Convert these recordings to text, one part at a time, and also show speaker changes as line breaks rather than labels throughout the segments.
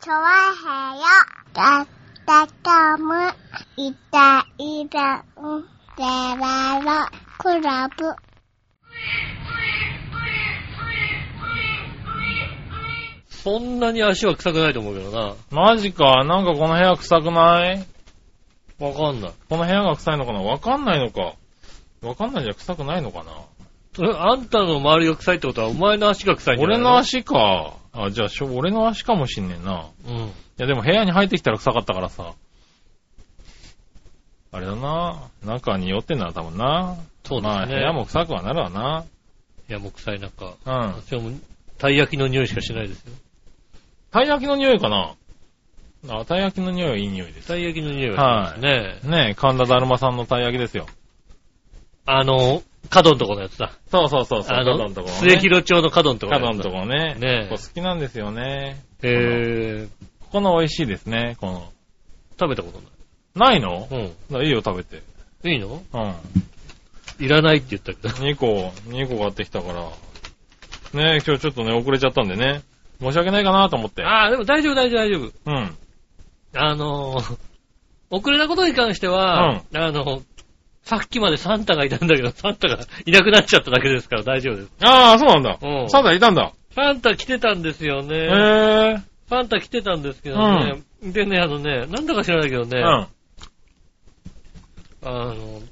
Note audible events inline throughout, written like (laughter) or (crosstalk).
チョワヘヨだったかむいたいたんでららクラブ
そんなに足は臭くないと思うけどな。
マジか。なんかこの部屋臭くない
わかんない。
この部屋が臭いのかなわかんないのか。わかんないじゃ臭くないのかな
えあんたの周りが臭いってことは、お前の足が臭いんじゃな
俺
い
の足か。あ、じゃあしょ、俺の足かもしんねえな。
うん。
いや、でも部屋に入ってきたら臭かったからさ。あれだな。中に寄ってんな、多分な。
そうで
まあ、
す
部
ね。
屋も臭くはなるわな。
いや、もう臭い中。
うん。
私はもう、たい焼きの匂いしかしないですよ。
たい焼きの匂いかなあ、たい焼きの匂いはいい匂いです。
たい焼きの匂いがしますね。
ねえ、神田だるまさんのたい焼きですよ。
あの、角のとこのやつだ。
そうそうそうそう。
あ
角
の、
ところ
末
ね。
広町の角のとこ
角
ろ
のとこ
こ。
ろね。
ねえ
ここ好きなんですよね。
えー、
ここの美味しいですね、この。
食べたこと
ないの
ない。
だいいよ、食べて。
うん。いいの
うん。
いらないって言ったけど。
2個、2個買ってきたから。ねえ、今日ちょっとね、遅れちゃったんでね。申し訳ないかなと思って。
ああ、でも大丈夫、大丈夫、大丈夫。
うん。
あのー、遅れたことに関しては、あの、さっきまでサンタがいたんだけど、サンタがいなくなっちゃっただけですから大丈夫です。
ああ、そうなんだ。
うん
サンタいたんだ。
サンタ来てたんですよ
へ
ね。
え。
サンタ来てたんですけどね。でね、あのね、なんだか知らないけどね、
う
あ
ん。
の、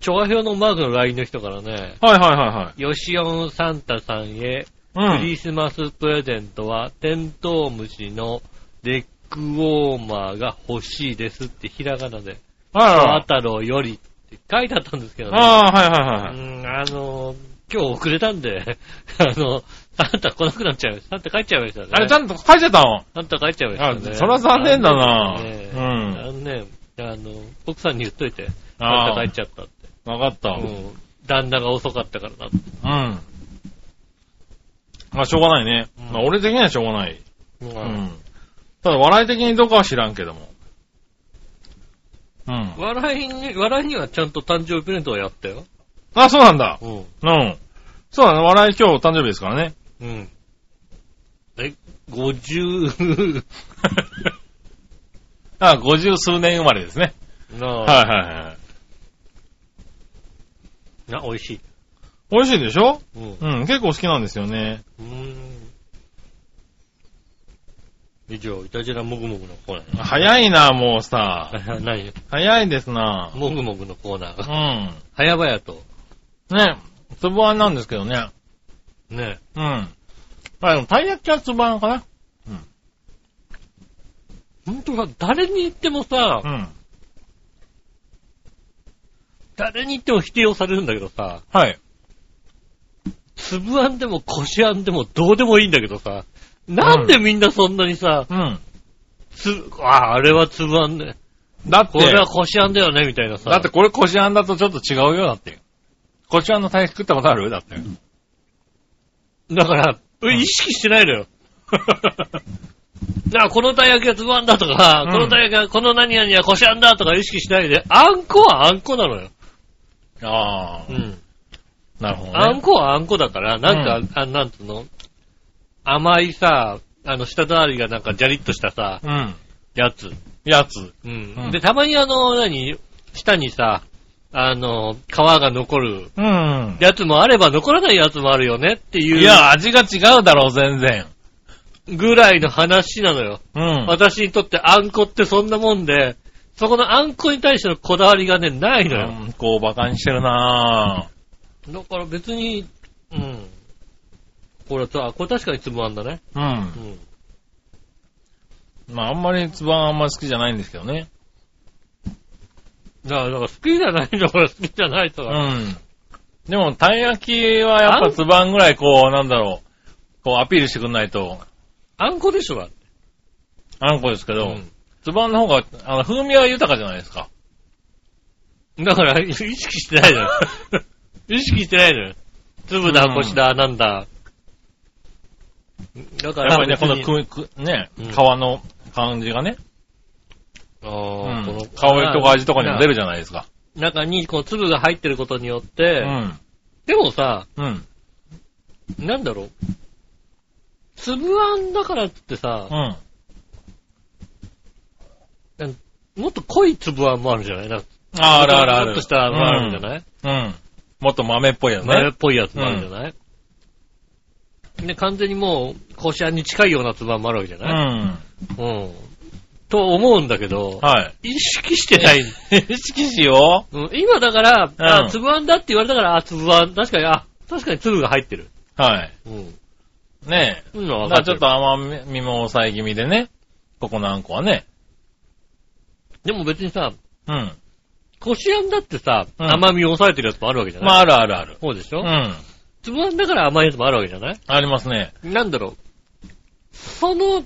調和表のマークの LINE の人からね、
はいはいは
よしおんサンタさんへ、
いは
ク
い。
リスマスプレゼントは、テントウムシのレッグウォーマーが欲しいですってひらがなで。
うん。はい
沢
はい。
太郎よりって書いてあったんですけどね。
ああ、はいはいはいうはい。
ん、あのー、今日遅れたんで、 (laughs) あの、サンタ来なくなっちゃいました。サンタ帰っちゃいましたね。
あれ、ちゃんと書いてたの
サンタ帰っちゃいました
あ
ね。、
それは残念だな
ね
う
あ
ん。
のね、あの、奥さんに言っといて、サン
あ
タ
あ
帰っ、ちゃったって。
わかった。うん。
うん旦那が遅かったからだって。
まあ、しょうがないね。
うん
まあ、俺的にはしょうがない。
うん
うん。ただ、笑い的にどうかは知らんけども。うん。
笑いに、笑いにはちゃんと誕生日プレゼントはやったよ。
あ、そうなんだ。
うん。
うん。そうだね。笑い今日誕生日ですからね。 (laughs)
うん。え、50、
あ、五十数年生まれですね。
なあ、
はいはいはい。
な、美味しい。
美味しいでしょ
うん。
うん。結構好きなんですよね。
うーん以上、いたじらもぐもぐのコーナ
早いな、もうさ。
ー。 (laughs) 何よ
早いですな。
もぐもぐのコーナー
う
が。
ん。
早々と。
ね。つぶあんなんですけどね。
ね
うん。まあでも、たい焼きはつぶあんかな。
え。ほんとさ、誰に言ってもさ、
ん。
誰に言っても否定をされるんだけどさ、
はい。
粒あんでもこしあんでもどうでもいいんだけどさ、なんでみんなそんなにさ、
うん。
つ、あ、あれは粒あんね。
だって、
これはこしあんだよね、みたいなさ。
だって、これこしあんだとちょっと違うよ、だって。こしあんのたい焼き食ったことあるだって。
だから、
ん
意識してないのよ。 (laughs) だからこのたい焼きはつぶあんだとか、
うん
このたい焼きはこの何々はこしあんだとか意識しないで、あんこはあんこなのよ。
ああ、
ん。
なるほどね。
あんこはあんこだから、なんか、
う
あなんつうの甘いさ、あの、舌触りがなんかジャリッとしたさ、
うん。
やつ。
やつ。
うん。
うん
で、たまにあの、何舌にさ、あの、皮が残る
うん。
やつもあれば残らないやつもあるよねっていう。
いや、味が違うだろう、全然。
ぐらいの話なのよ。
うん。
私にとってあんこってそんなもんで、そこのあんこに対してのこだわりがね、ないのよ。
うん、こう、馬鹿にしてるなぁ。
だから別に、うん。これさ、これ確かにつぶあんだね。
う。
うんん。
まあ、あんまり、つばんあんまり好きじゃないんですけどね。
だから、だから好きじゃないんだから好きじゃないと
う
か。
ん。でも、たい焼きはやっぱつばんぐらい、こう、なんだろう。こう、アピールしてくんないと、
あんこでしょ、だって。
あんこですけど、
ん
つばんの方が、あの、風味は豊かじゃないですか。
だから、意識してないのよ。 (laughs) 意識してないのよ。粒だ、
うん
こしだ、なんだ。だか
やっ
ら
ぱりね、
別
この
に、
く、く、ね、皮
うん
の感じがね、
あ
う
ー
ん
この
香りとか味とかにも出るじゃないですか。
中に、この粒が入ってることによっ
う
て、
ん。
でもさ、
うん。
なんだろう。つぶあんだからってさ、
うん。
もっと濃いつぶあんもあるじゃないなんか
ああるあるある。
もっとしたのもあるんじゃ
い
ない
うん。もっと豆っぽいやつ
豆っ
ね。
ぽいやつもあるんじゃない、で、完全にもう、こしあんに近いようなつぶあんもあるわけじゃ
う
ない、
ん。
うん、と思うんだけど、
はい。
意識してない。
意識しよ
うん今だから、
うん
あ、つぶあんだって言われたから、あ、つぶあん、確かに、あ、確かに粒が入ってる。
う。はい。
うん。
ねえ。
うん、わか
だか
っ
ら
て
ちょっ
る
と甘みも抑え気味でね。ここのあんこはね。
でも別にさ、
うん。
こしあんだってさ、
うん
甘みを抑えてるやつもあるわけじゃない、
まあ、あるあるある。
そうでし
う
ょ、
ん。
つぶあんだから甘いやつもあるわけじゃない
ありますね。
なんだろう。その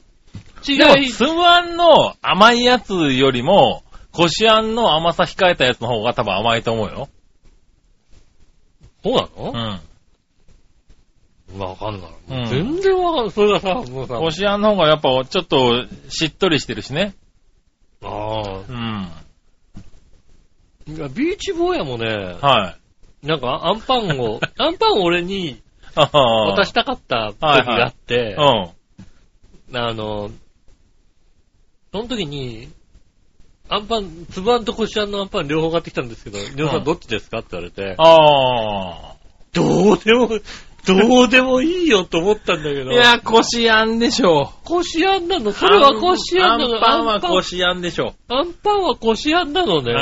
違
でも、
い、
つぶあんの甘いやつよりも、こしあんの甘さ控えたやつの方が多分甘いと思うよ。
そうな
う
の
ん。
わかんない。
うん
全然わかんない。それがさ、もうさ、
こしあんの方がやっぱちょっとしっとりしてるしね。
ああ。
うん。
いやビーチ坊やもね、 (laughs)
はい。
なんかアンパン
(laughs)
を、アンパンを俺に
ああ
渡したかった時
はいはい
があって、
うん。
あの、その時に、アンパン、つぶあんとこしあんのアンパン両方買ってきたんですけど、りょうさ
うんん
どっちですかって言われて、
あ
どうでも、どうでもいいよと思ったんだけ
あ。
ど、
いや、こしあんでしょう。
こしあんなの、それはこしあんなの、
アンパンは
アンパン
こしあんでしょ
アンパンはこしあんなの
う。う
ね。
ん。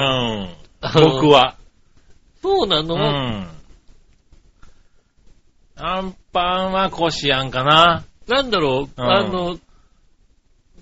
あの
僕。は。
そうな
う
の、
ん。アンパンはこしあんかな。
なんだろう、
うん
あの、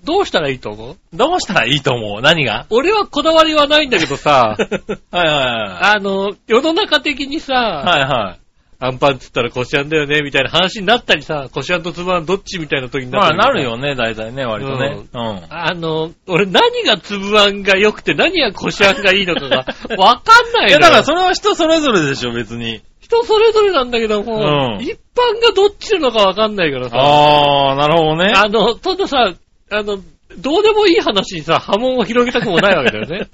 どうしたらいいと思う
どうしたらいいと思う何が
俺はこだわりはないんだけど
(laughs)
さ
は、いはいは
あ
い。
の、世の中的にさ、
はいはい。
アンパンっつったらコシアンだよね、みたいな話になったりさ、コシアンとつぶあんどっちみたいな時になっ
ま
た
あ
り。
なる。よね、大体ね、割とね。うん。
あの、俺何がつぶあんが良くて何がコシアンがいいのかがわかんないの
いや
よ
だからそれは人それぞれでしょ、別に。
人それぞれなんだけども、
うん
一般がどっちなのかわかんないからさ、
ああ、なるほどね。
あの、たださ、あの、どうでもいい話にさ、波紋を広げたくもないわけだよ (laughs) ね。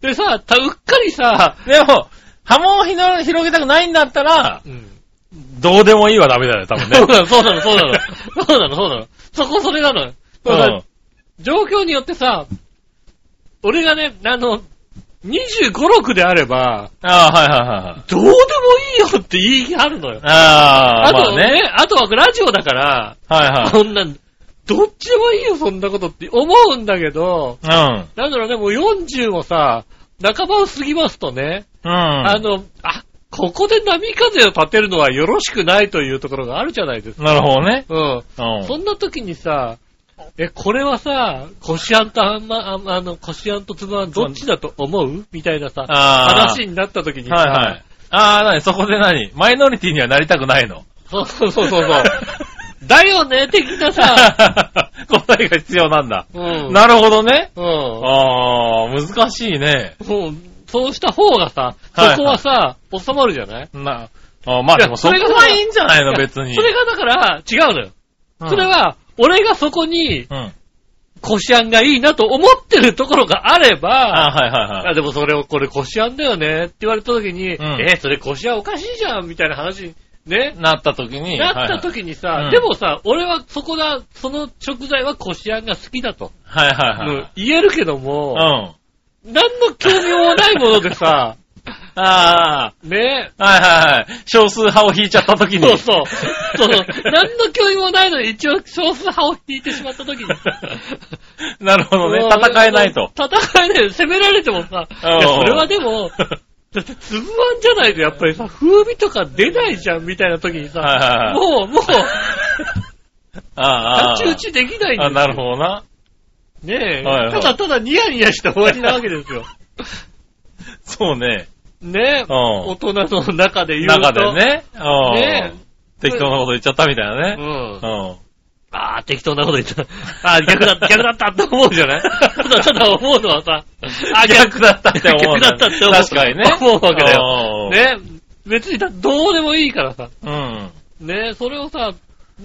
でさ、たうっかりさ、
でも、波紋をひの広げたくないんだったら、
うん
どうでもいいはダメだよ、多 (laughs) 分ね
そ。うなの、そうなの、そうなの。そうなの、そうなの。そこそれなのよ。だから
うん
状況によってさ、俺がね、あの、25、6であれば、
ああ、はいはいはいはい。
どうでもいいよって言い張るのよ。
あ
あ
あ、ま
と
あ
ね、
ね。
あとはラジオだから、
はい
そんなん、どっちでもいいよ、そんなことって思うんだけど、
はい。
なんだろうね、もう40もさ、半ばを過ぎますとね、
うん。うん。
あの、あ、ここで波風を立てるのはよろしくないというところがあるじゃないですか。
なるほどね。
うん。
うん。
そんな時にさ、え、これはさ、こしあんとあんま、あんあの、こしあんとつぶあんどっちだと思うみたいなさ、
あー
話になった時にさ、
はいはい。ああ、なに、そこで何マイノリティにはなりたくないの。
そうそうそうそうそう。
(laughs)
だよね、的なさ、
答えが必要なんだ。
うん。
なるほどね。
うん。
ああ、難しいね。
もう、そうした方がさ、
はいはい
そこはさ、収まるじゃない
な、あーまあでもそこ
いやそれが
はいいんじゃないの、別
(laughs)
に。
それがだから、違うのよ。
うん
それ、は、俺がそこに、
うん。
こしあんがいいなと思ってるところがあれば、
あーはいはいはい。
あでもそれをこれこしあんだよねって言われた時に、
うん
えーそれこしあんおかしいじゃんみたいな話、ね、
なった時に。
なった時にさ、
はいはいうん
でもさ、俺はそこだ、その食材はこしあんが好きだと、
はいはいはいは
うん
い。
言えるけど
う
も、
ん。
何の興味もないものでさ、
(laughs) あ
ね、
あ、はいはいはい。少数派を引いちゃった時に。
そうそう。そう何の興味もないのに一応少数派を引いてしまった時に。
(laughs) なるほどね。戦えないと。 (laughs)
うん。戦えない。攻められてもさ、いやそれはでも、だって、つぶあんじゃないと、やっぱりさ、風味とか出ないじゃん、みたいな時に
はい
さ、
はいはい。
もう、もう、
ああああ。
太刀打ちできないんです
あ
よ。
なるほどな。
ねえ、
はいはい
ただただニヤニヤして終わりなわけですよ。
そうね。
ねえ、
うん
大人の中で言うと。
中で。ね。うん
ね
適当なこと言っちゃったみたいな
う
ね。
ん
う。ん。
ああ、適当なこと言った。ああ、逆
(laughs)
だ、逆だったって思うじゃないただただ思うのはさ、あー
逆だったって思
(laughs) 逆
うん
だ
だ。
ったって思う。
確かにね。
思うわけだよ。
よ
ねえ、別にだ、どうでもいいからさ、
うん。
ねえ、それをさ、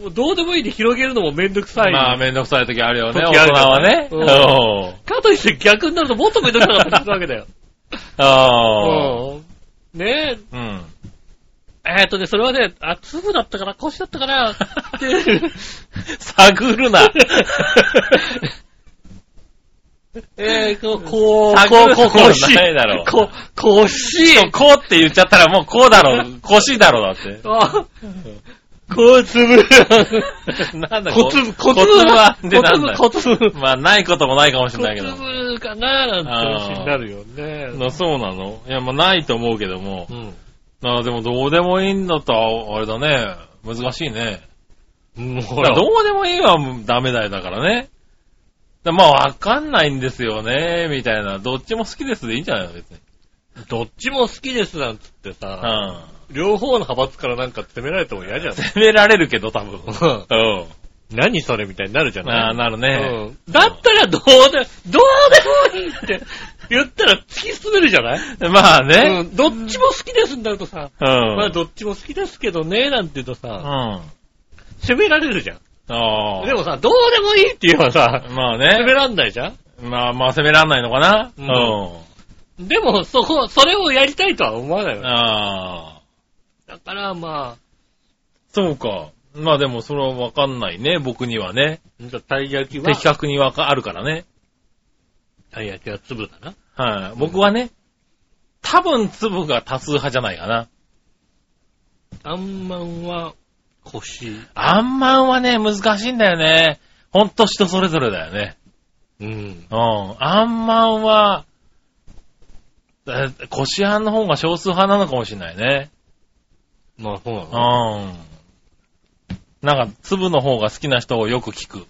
もうどうでもいいで広げるのもめんどくさい。
まあ、めんどくさい時あるよね、
時
大
ある
人はね。
う
うんん。
かといって逆になるともっとめんどくさ
(laughs)
かったりするわけだよ。
ああ。
うんねえ、
うん。
えーっとね、それはね、あ、粒だったかな腰だったかなって
(laughs)
いう。
探
(laughs)
るな。
えー、こう、こう、
探る
こう、こう、
ことないだろう
こう、こうし、
こうって言っちゃったらもうこうだろう、腰だろう
(laughs)
だって。
あこう、粒。
なんだ
小粒、小
こ小
粒
粒はってなんだよ
小粒、小粒。
まあ、ないこともないかもしれないけ
小
ど。
粒かななんて話になるよね。
なそうなのいや、まあ、ないと思うけども
う。ん。
あでも、どうでもいいんだったら、あれだね。難しいね。
もうほ
だ
ら、
からどうでもいいはダメだよ、だからね。だまあ、わかんないんですよね、みたいな。どっちも好きですでいいんじゃないの別に。
どっちも好きですなんつって
う
さ、
ん。
両方の派閥からなんか責められても嫌じゃん。
責められるけど、多分。うん。
何それみた (laughs) いになるじゃ
あ
な
あ、
い
なるね。
うんだったらどうで、どうでもいいって言ったら突き進めるじゃない、
まあね。
うん、どっちも好きですになるとさ、
うん。
まあどっちも好きですけどね、なんて言うと
うん。
さ、
あ
責められるじゃん。
あ。
でもさ、どうでもいいって言えばさ、
まあ
責め
ね。
らんないじゃん
まあまあ、責めらんないのかな。
う
うんん。
でも、そこ、それをやりたいとは思わないわ。
ああ。
だから、ま
そうか。まあでも、それはわかんないね、僕にはね。
あ、じゃあたい焼きは、
的確にわか、あるからね。
たい焼きは粒だな。
はい。僕はね、多分粒が多数派じゃないかな。
あんまんは、腰。
あんまんはね、難しいんだよね。ほんと人それぞれだよね。
うん。
うん。あんまんは、えこしあんの方が少数派なのかもしれないね。
まあ、そうな
う
の
ん。なんか、粒の方が好きな人をよく聞く。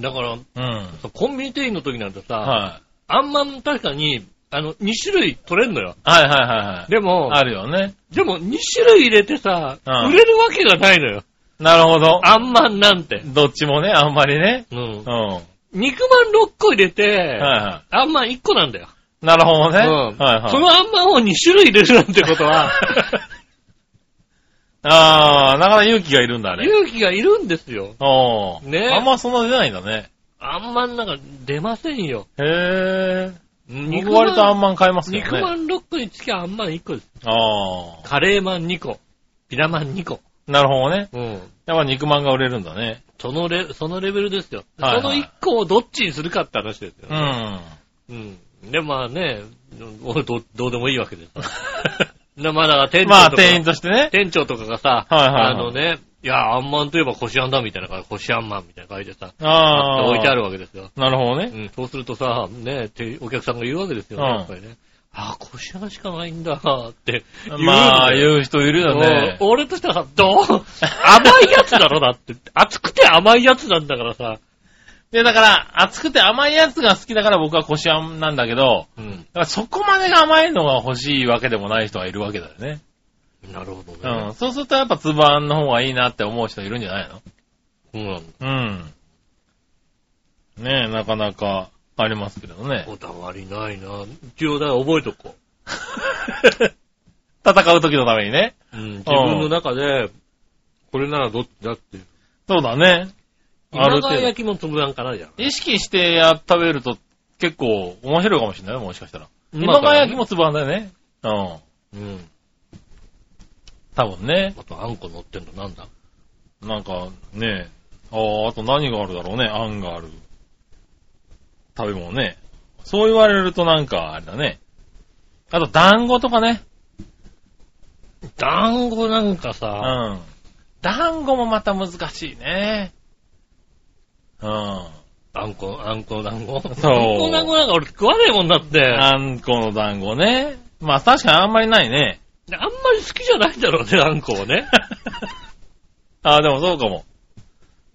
だから、
うん。
コンビニ店員の時なんてさ、
はい。
あんまん確かに、あの、2種類取れんのよ。
はいはいはいはい。
でも、
あるよね。
でも2種類入れてさ、
う
売
ん
れるわけがないのよ。
なるほど。
あんまんなんて。
どっちもね、あんまりね。
うん
うん。。は
肉まん6個入れて、
いは
あんまん1個なんだよ。
い。なるほどね。
うん
はいはい。
そのあんまんを2種類入れるなんてことは、
あー、なかなか勇気がいる (laughs) んだ、あれ。
勇気がいるんですよ。
おー。
ね
あんまそんな出ないんだね。
あんまんなんか出ませんよ。
へー。僕
まん
割とあんまん買いますけ
肉
ど
ま
ね。
ん6個につきあんまん1個です。
あ
カレーまん2個。ピラまん2個。
ー。なるほどね。
うん。
やっぱ肉まんが売れるんだね。
そのレ、そのレベルですよ。
はいはい
その1個をどっちにするかって話ですよ
う。ん。
うん。で、まあね、俺ど、どうでもいいわけ
(laughs)
です。でまあだから店長とか、
まあ、店員としてね。
店長とかがさ、
はいはいはい
あのね、いや、あんまんといえばこしあんだみたいなから、こしあんまんみたいな書いてさ、
あー。
置いてあるわけですよ。
なるほど
う
ね。
ん、そうするとさ、ね、てお客さんが言うわけですよね、
うん
やっぱりね。ああ、こしあんしかないんだ、って言うんだよ。
まあ、言う人いるよね
うん。俺としてはさ、どう (laughs) 甘いやつだろだって。熱くて甘いやつなんだからさ。
で、だから、熱くて甘いやつが好きだから僕はこしあんなんだけど、
うん。
だからそこまでが甘いのが欲しいわけでもない人がいるわけだよね。
なるほど
う
ね
ん。。そうするとやっぱつばあんの方がいいなって思う人いるんじゃないの
うん。
うん。ねえ、なかなかありますけど
(laughs)
ね。
こだわりないな。一応だから覚えとこ
戦う時のためにね。
う。うん。自分の中で、これならどっちだっていう。
そうだね。あ
今
る
川
程度。
焼きもつぶらんかなじゃん。
意識してや食べると結構面白いかもしれないよもしかしたら。
今
今
川
川
焼き
焼き
も
もつばんだよね。うん。
うん。
多分ね。
あとあんこ乗ってんのなんだ
なんかね、ああ、あと何があるだろうね。あんがある。食べ物ね。そう言われるとなんかあれだね。あと団子とかね。
団子なんか
う
さ、
ん。団子もまた難しいね。うん。
あんこ、あんこ団子
そう
あんこ団子なんか俺食わねえもんだって。あ
あんこの団子ね。まあ確かにあんまりないね。
んまり好きじゃないんだろうね、あんこを
(laughs)
ね。
ああ、でもそうかも。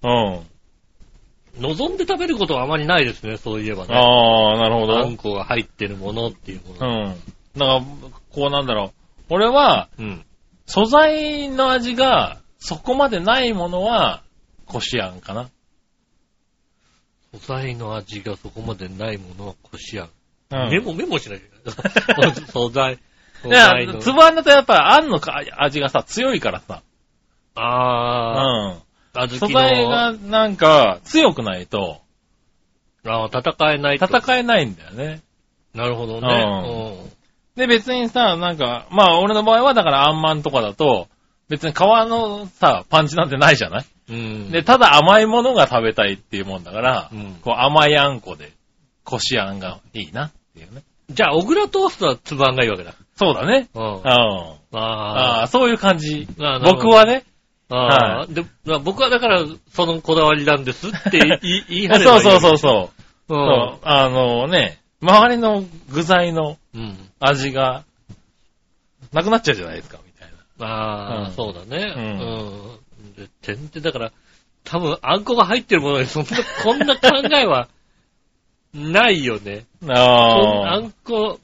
うん。
望んで食べることはあまりないですね、そういえばね。
ああ、なるほ
あ
ど
ん。こが入ってるものっていうも
う
の。
ん。だから、こうなんだろう。俺は、
うん。
素材の味がそこまでないものは、こしあんかな。
素材の味がそこまでないものはこしあん。
うん。
メモ、メモしなきゃ
(laughs)
いけない。素材。素
いや
材の、。
つぶあんだとやっぱあんのか味がさ、強いからさ。う
あ
ん。
ー、あず
素
き
材
の、
がなんか強くないと、
あー戦えないと。
戦えないんだよね。
なるほど
う
ね。
で、別にさ、なんか、まあ、俺の場合は、だから、あんまんとかだと、別に皮のさ、パンチなんてないじゃない、
うん。
で、ただ甘いものが食べたいっていうもんだから、
うん
こう甘いあんこで、こしあんがいいなっていうね。
じゃあ、小倉トーストはつばんがいいわけだ。
そうだね。
うん。
うん。
あ
あ
あ。
あー、そういう感じ。
あーなるほど
僕はね。
ああ。で、まあ僕はだから、そのこだわりなんですっ
(laughs)
て言い言い張れば
そ
いうい
そうそうそ
う
う。そうあのね、周りの具材の
ん。うん。
味が、なくなっちゃうじゃないですか、みたい
ああ、
うん
そうだね。
う
うん。で全然だから、多分、あんこが入ってるものに、そんな、こんな考えは、ないよね。
な。
こんあ
ああ。
んこ、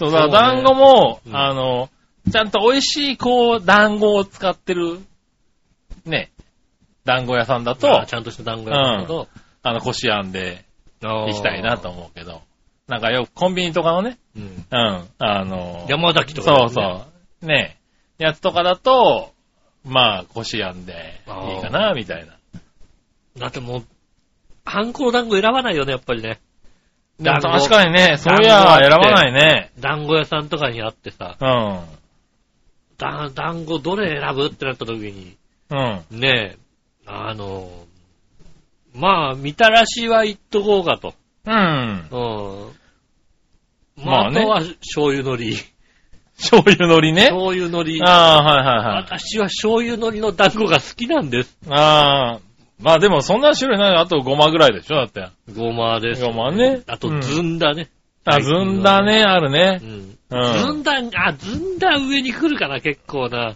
そうだ、
そうね
団子も、
うん
あの、ちゃんと美味しい、こう、団子を使ってる、ね、団子屋さんだと、
まあ
あ
ちゃんとした団子なんだけど、
の、こしあんで
行
行きたいなと。思うけど、なんかよくコンビニとかのね、
うん。
うん、あの、
山崎とか、
そうそう、ね、やつとかだと、まあ、こしあんでいいかな、みたいな。
う。だってもう、あんこの団子選ばないよね、やっぱりね。
でも
団子
確かにね、そういや、選ばないね。
団子屋さんとかにあってさ、
うん。
だ団子どれ選ぶってなった時に、
うん。
ねえ、あの、まあ、みたらしは言っとこうかと。
うん。
うん。ま
ま
あ、
あ
あ
ね
とは醤油海苔。
醤油のりね。
醤油海苔。
ああ、はいはいはい。
私は醤油海苔の団子が好きなんです。
ああ。まあでもそんな種類ないよあと5万ぐらいでしょだって。
ごまです。
5万ね。
あと
う、ん
ずんだね。
あ、ずんだね、ある
うん。
ね。う
ず
ん。
んだ、あ、ずんだ上に来るかな、結構な。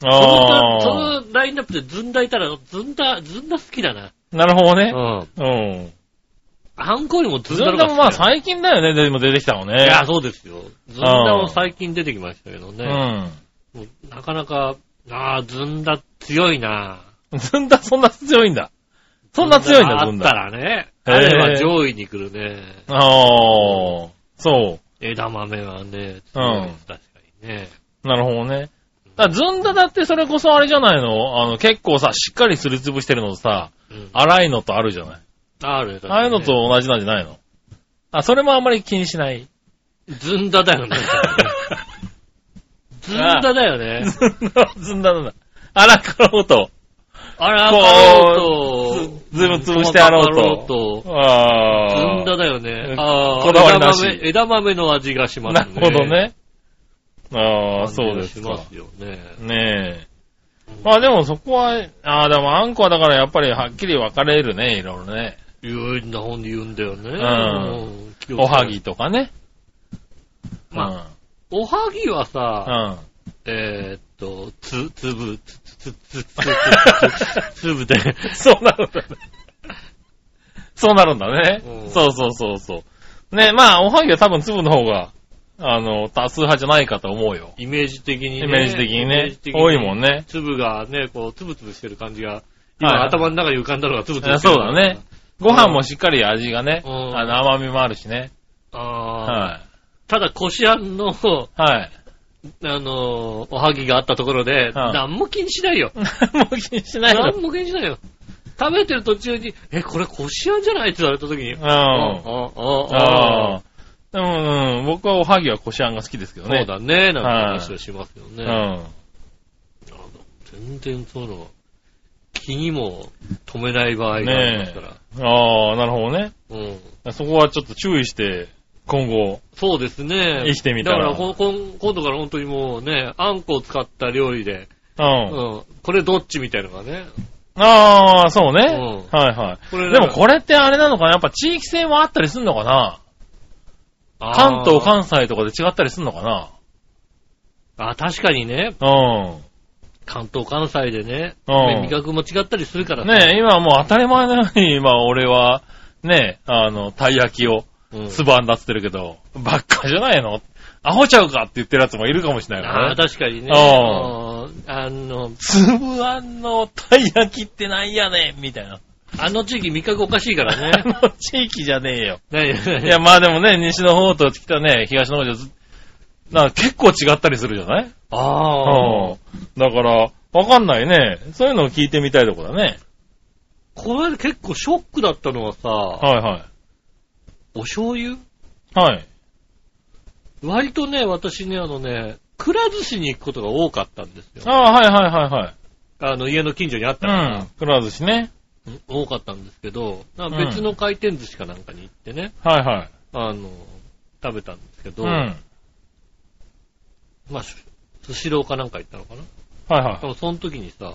そのそ
ああ。
のラインナップでずんだいたら、ずんだ、ずんだ好きだな。
なるほど
う
ね。
ん。
うん。
あんこよりもず
ず
んだの
ん
方
だ
が
も
好
まあ
きだな
最近だよね、でも出てきたのね。
いや、そうですよ。ずんだも最近出てきましたけど
う
ね。
ん。
もうなかなか、ああ、ずんだ強いな。
ずんだそんな強いんだ。そんな強いんだ、
あ
ず
っ
ん
た
だ。
らね。
へー
あれは上位に来るね。
ああ。そう。
枝豆はね、
うん
強いです確かにね。
なるほどね。だからずんだだってそれこそあれじゃないのあの、結構さ、しっかりすりつぶしてるのとさ、
うん
粗いのとあるじゃない
ある、ね、
ああいうのと。同じなんじゃないのあ、それもあんまり気にしない。
ずんだだ
(laughs)
よね。ずんだだよね。
ずんだ、ずんだなんだ。粗かろうと。
あら、
こう
あろうと。
ずずぶ潰してあろう
と。ず
あ
んだだよね。
うん
ああ、
こだわりなし
枝豆、枝豆の味がしま
な
す
る
ね。
ほど。ね。ああ、
そ
そう
うで。
ですす
し
か
ま。すよね。
ねえ。まあでもそこは、ああ、でもあんこはだからやっぱりはっきり分かれるね、いろいろね。
言うんだ、ほんで言うんだよね。うん
おはぎ。とかね。うん。
まあ、おはぎはさ、
うん。
えーっと、つ、つぶ、つ、つ、つ、つ、つ、
(laughs)
つ、つぶで、
そうなるんだね。そうなるんだね
う。ん
そうそうそうそう。ね、まあ、おはぎは多分粒の方が、あの、多数派じゃないかと思うよ。
イメージ的にね。
イメージ的に
イメー
ね
ジ。的に
多いもんね。
粒がね、こう、つぶつぶしてる感じが、
はい
今
はい
頭の中に浮かんだのがつぶつぶ
あそうだね。ご飯もしっかり味がね、
うん
あの、甘みもあるしね。
ああ。
は
ただ、こしあんの、 (laughs)
い。はい。 (laughs)
あのー、おはぎがあったところで、
ん
何も気にしないよ。
何も気にしないの。
何も気にしないよ。食べてる途中に、え、これこしあんじゃないって言われた時に、
う
あ
ん。
あ、ああ、あ
あ
あ
あ。。でもうん、僕はおはぎはこしあんが好きですけど
そ
ね
う。だね、なんて話をしますよね。
うん。
あの全然そういうのは、気にも止めない場合がありますから。
ああ、なるほどね。
うん、
そこはちょっと注意して、今後。
そうですね。
生きてみたら
だからここん、今度から本当にもうね、あんこを使った料理で、
う。
うんん、これどっちみたいなのがね。
ああ、そうね。
う
はいはい。
これ
でもこれってあれなのかなやっぱ地域性もあったりすんのかな
あー
関東、関西とかで違ったりすんのかな
あ、確かにね、
う
関東、関西でね、
うん
味覚も違ったりするから
ん。ねえ、今もう当たり前のように、 (laughs) 今俺は、ねえ、あの、たい焼きを
うん
つばんだっつってるけど、ばっかじゃないのアホちゃうかって言ってるやつもいるかもしれないか
あ
ら
ー
ね。
確かにね。
うん
うんあの、
つぶあんのたい焼きってなんやねんみたいな。
あの地域味覚おかしいから
あ
ね。
(laughs) の地域じゃねえよ。
ね
いや、まあでもね、西の方と北ね、東の方じゃず、なんか結構違ったりするじゃない
ああ
う。ん。だから、わかんないね。そういうのを聞いてみたいとこだね。
この間結構ショックだったのはさ、
はいはい。
お醤油
はい。
割とね、私ね、あのね、くら寿司に行くことが多かったんですよ。
ああ、はいはいはいはい。
あの、家の近所にあったか
うん
ら、。
くら寿司ね。
多かったんですけど、なんか
うん
別の回転寿司かなんかに行ってね、
はいはい。
あの、食べたんですけど、
うん。はい
まあ、しスシローかなんか行ったのかな。
は
でもその時にさ、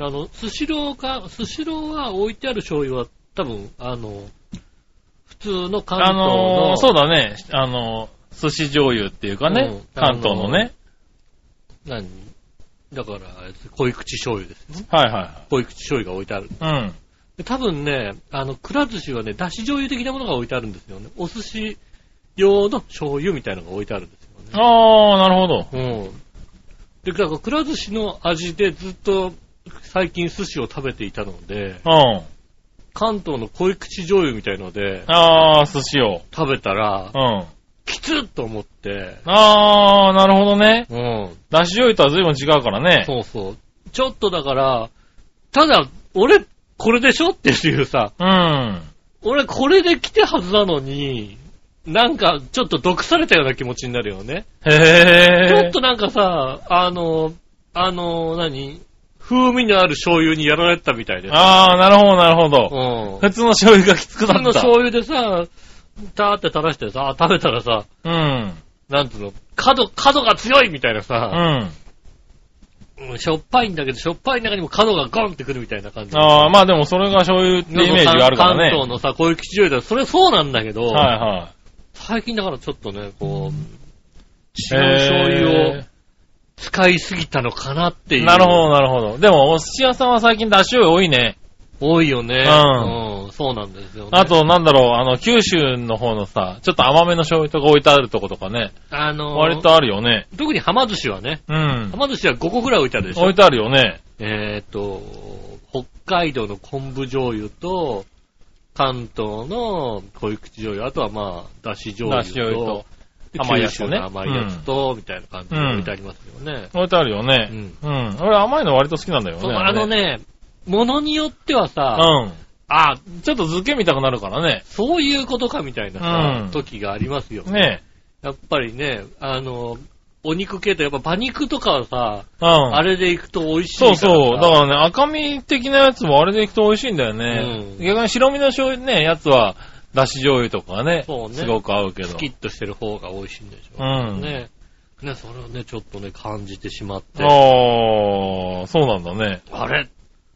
あの、スシローか、スシローは置いてある醤油は多分、あの、普通の
い。
関
あ
東の、
のー、そうだね。あのー、寿司醤油っていうか
う
ね
ん。
関東のね。
何だから、あれです濃い口醤油ですね。
はいは
濃い口醤油が置いてある。
いはい。
で多分ね、あの、くら寿司はね、だし醤油的なものが置いてあるんですよね。お寿司用の醤油みたいなのが置いてあるんですよ
うん。ああ、なるほど。
ね。うん。で、だから、くら寿司の味でずっと最近寿司を食べていたので、
うん。
関東の濃い口醤油みたいので、
ああ、寿司を。
食べたら
う、ん。
きつっと思って、
ああ、なるほどね。
うん。
だし醤油とは随分違うからね。
そうそう。ちょっとだから、ただ、俺、これでしょっていうさ、
うん。
俺これで来たはずなのに、なんかちょっと毒されたような気持ちになるよね。
へ
ちょっ
え。
となんかさ、あの、あの、何風味のある醤油にやられてたみたいで。
ああ、なるほど、なるほど。
うん。
普通の醤油がきつ
普
く
通
な
の
った。
醤油でさ、ダーって垂らしてさ、食べたらさ、
うん。
なんつうの、角、角が強いみたいな
う
さ、
ん。
うんしょっぱいんだけど、しょっぱい中にも角がゴンってくるみたいな感じ。
ああ、まあでもそれが醤油ってイメージがあるから
関
ね。
東のさ、こういう吉祥寺だとそれそうなんだけど、
はいは
最近だからちょっとね、こう、違
い。
う醤油を
へ
使いすぎたのかなってい
ー
う。
なるほど、なるほど。でも、お寿司屋さんは最近出し醤油多いね。
多いよね。
うん
うん。そうなんですよね。
あ、と、なんだろう、あの、九州の方のさ、ちょっと甘めの醤油とか置いてあるとことかね。
あのー、
割とあるよね。
特にはま寿司はね、
うん
は。ま寿司は5個ぐらい置いてあるでしょ
置い。てあるよね。
えっ、と、北海道の昆布醤油と、関東の濃い口醤油、あとはまあ、だし醤油
だ
と、
し醤油と。
で
甘いや
九
つ
州
とね
の甘いやつと、みたいな感じで置いてありますよね。
置いてあるよね。うん。俺甘いの割と好きなんだよね。
そうあの。ね、ものによっては
う
さ、
ん。
あ、
ちょっと漬け見たくなるからね。
そういうことかみたいなさ、
うん
時がありますよね。
ね
やっぱりね、あの、お肉系とやっぱ馬肉とかはさ、
え。うん。
あれで行くと美味しいか
そう
らさ。
そう。だからね、赤身的なやつもあれでいくと美味しいんだよね。
うん
逆に白身の醤油ね、やつは、だし醤油とかね
そうね
すごく合うけど。
スキッとしてる方が美味しいんでしょ。
うん
ね。ね、それをね、ちょっとね、感じてしまって。あ
ああ、そうなんだね。
れ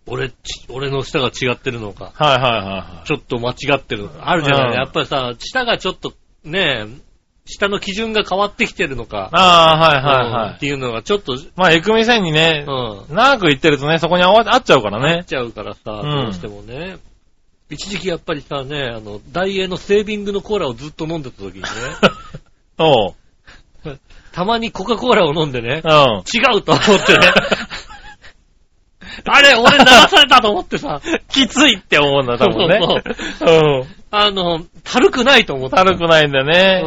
俺、ち俺の舌が違ってるのか。
はいはいはいは
ちょっと間違ってるのか。あるじゃない、
うん
やっぱりさ、舌がちょっと、ね、舌の基準が変わってきてるの
い。
か。
ああ、はいはいは
うんっ
い。
ていうのがちょっと、
まあ、エクミ線にね、
うん。
長く行ってるとね、そこに合わ合っちゃうから
な
ね
っ。ちゃうからさ、
うん
どうしてもね。一時期やっぱりさ、ね、あの、ダイエーのセービングのコーラをずっと飲んでた
(laughs)
時にね、
そう。
たまにコカ・コーラを飲んでね
う、ん。
違うと思って
(laughs)
ね。あれ、俺流されたと思ってさ、
きついって思うんだ、多分 (laughs) ね。うん。
あの、たるくないと思って。
たるくないんだよね。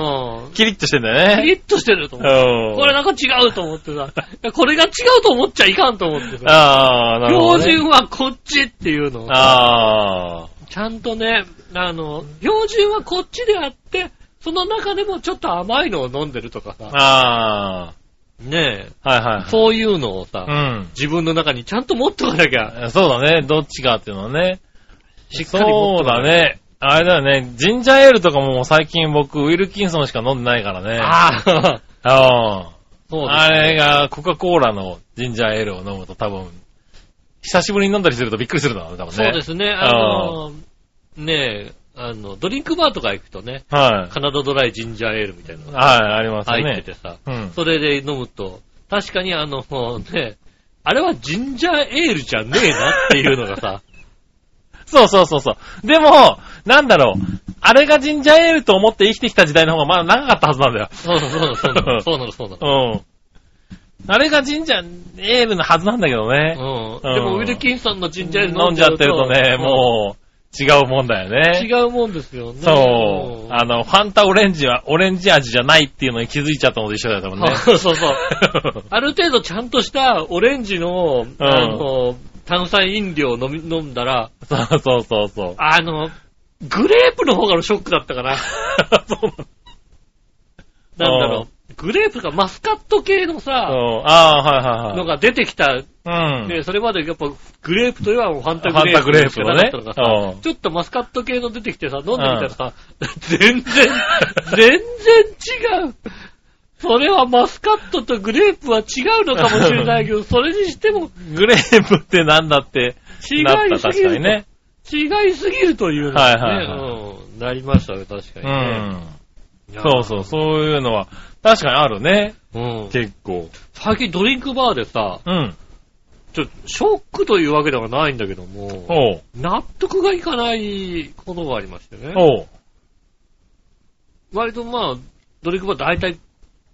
うん。
キリッとしてんだ
ピ
よね。
リッとしてると思って。
うん。
これなんか違うと思ってさ、いやこれが違うと思っちゃいかんと思ってさ、
ああ、なるほど、
標
ね。
準はこっちっていうのを
ああ。
ちゃんとね、あの、標準はこっちであって、その中でもちょっと甘いのを飲んでるとかさ、
あ
ね
あ。はいはい
え、。そういうのをさ、
うん。
自分の中にちゃんと持っとかなきゃ、
そうだね。どっちがっていうのはね。
しっかり持っと
そう
かな
だ
きゃ。
ね。あれだよね。ジンジャーエールとかも最近僕、ウィルキンソンしか飲んでないからね。
ああ、
あ
そうです
(laughs) あれが、コカ・コーラのジンジャーエールを飲むと多分、久しぶりに飲んだりするとびっくりするだろうね、多分ね。
そうですね。あの、ねえ、あの、ドリンクバーとか行くとね、
はい。
カナダドライジンジャーエールみたいなのが
はい、あります
入って
ね
て。さ、
うん。
それで飲むと、確かにあの、もうね、あれはジンジャーエールじゃねえなっていうのが
(laughs)
さ、
そうそうそうそう。でも、なんだろう。あれがジンジャーエールと思って生きてきた時代の方がまだ長かったはずなんだよ。
そうなの、そうなの、そうなの、そうなの。
うん。あれがジンジャーエールのはずなんだけどね。
うん。
うん
でも、ウィルキンソンのジンジャーエール
飲んじゃってるとね、
う
もう、違うもんだよ
ん。
ね。
違うもんですよね。
そう。あ
あ
の、ファンタオレンジは、オレンジ味じゃないっていうのに気づいちゃったのと一緒だよ、多分
(laughs)
ね。
そうそうそう。ある程度ちゃんとしたオレンジの、あの、炭酸飲料を飲み飲んだら、
(laughs) そうそうそうそう。
あ
(laughs)
の、グレープの方がショックだったかな。
そう
なんだろう、グレープとかマスカット系の
そ
さ、
う。ああ、はい
の
はいはい。
が出てきた、
うん。
ね、それまでやっぱグレープといえばもうファンタ
ハンタ
グ
グ
レ
レ
ープしか
ープの
なか
ね
ったのが。さ、
うん
ちょっとマスカット系の出てきてさ、飲んでみたらさ、全然、全然違う。それはマスカットとグレープは違うのかもしれないけ
(laughs)
ど、それにしても
グレープってなんだって、
違い
なった
す
確
ぎ
か
る
にね。
違いすぎるというの
は
がね、
いはいは
うんなりましたね、確かに
う
ね。
ん。
いや
そうそう、そういうのは、確かにあるね。
うん
結構。
最近ドリンクバーでさ、
うん。
ちょ、ショックというわけではないんだけども、
おう。
納得がいかないことがありましてね。
おう。
割とまあ、ドリンクバー大体、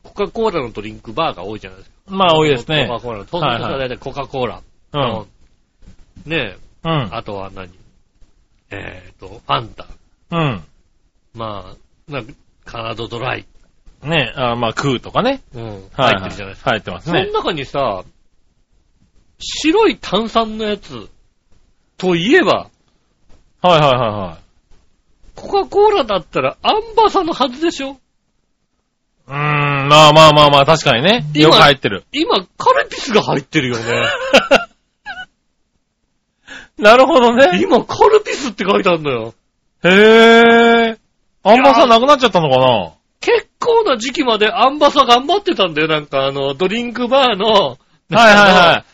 コカ・コーラのドリンクバーが多いじゃないですか。
まあ、多いですね
コ。カ・コーラの。そうすると
はいはい
大体コカ・コーラ。
うん。
ねえ、
うん。
あとは何えっ、と、ファンタ。
うん。
まあ、なんかカナドドライ。
ねあまあ、食うとかね。
うん。
は
入
い
ってるじゃないですか。
入ってます
その
ね。
中にさ、白い炭酸のやつ、といえば、
はいはいはいはい。
コカ・コーラだったらアンバサのはずでしょ
うーん、まあまあまあまあ、確かにね。
今
よく入ってる。
今、カルピスが入ってるよね。
(laughs) なるほどね。
今、カルピスって書いてあるのよ。
へえ。あんま
いや
さなくなっちゃったのかな
結構な時期までアンバサ頑張ってたんだよ。なんか、あの、ドリンクバーの、
はいはいは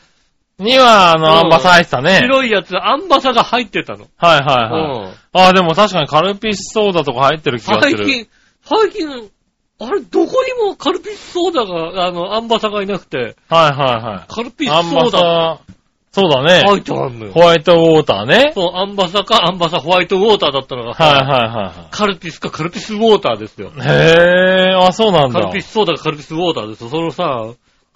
い。には、あ
うん
の、アンバサ入ってたね。
白いやつ、アンバサが入ってたの。
はいはいはい。ああ、でも確かにカルピスソーダとか入ってる気
うん
がす
最
る。
近、最近、あれ、どこにもカルピスソーダが、あの、アンバサがいなくて、
はいは
カル
い
ピス
はい。アン
ソ
バ
ーダ
サ、そうだね。
入ってあんのよ
ホ。ワイトウォーターね。
そう、アンバサかアンバサホワイトウォーターだったのがさ、
はいは
カルピスかカルピスウォーターですよ。
いはいはい。へえ、あ、そうなん
カ
だ。
ルピスソーダかカルピスウォーターですよ。そのさ、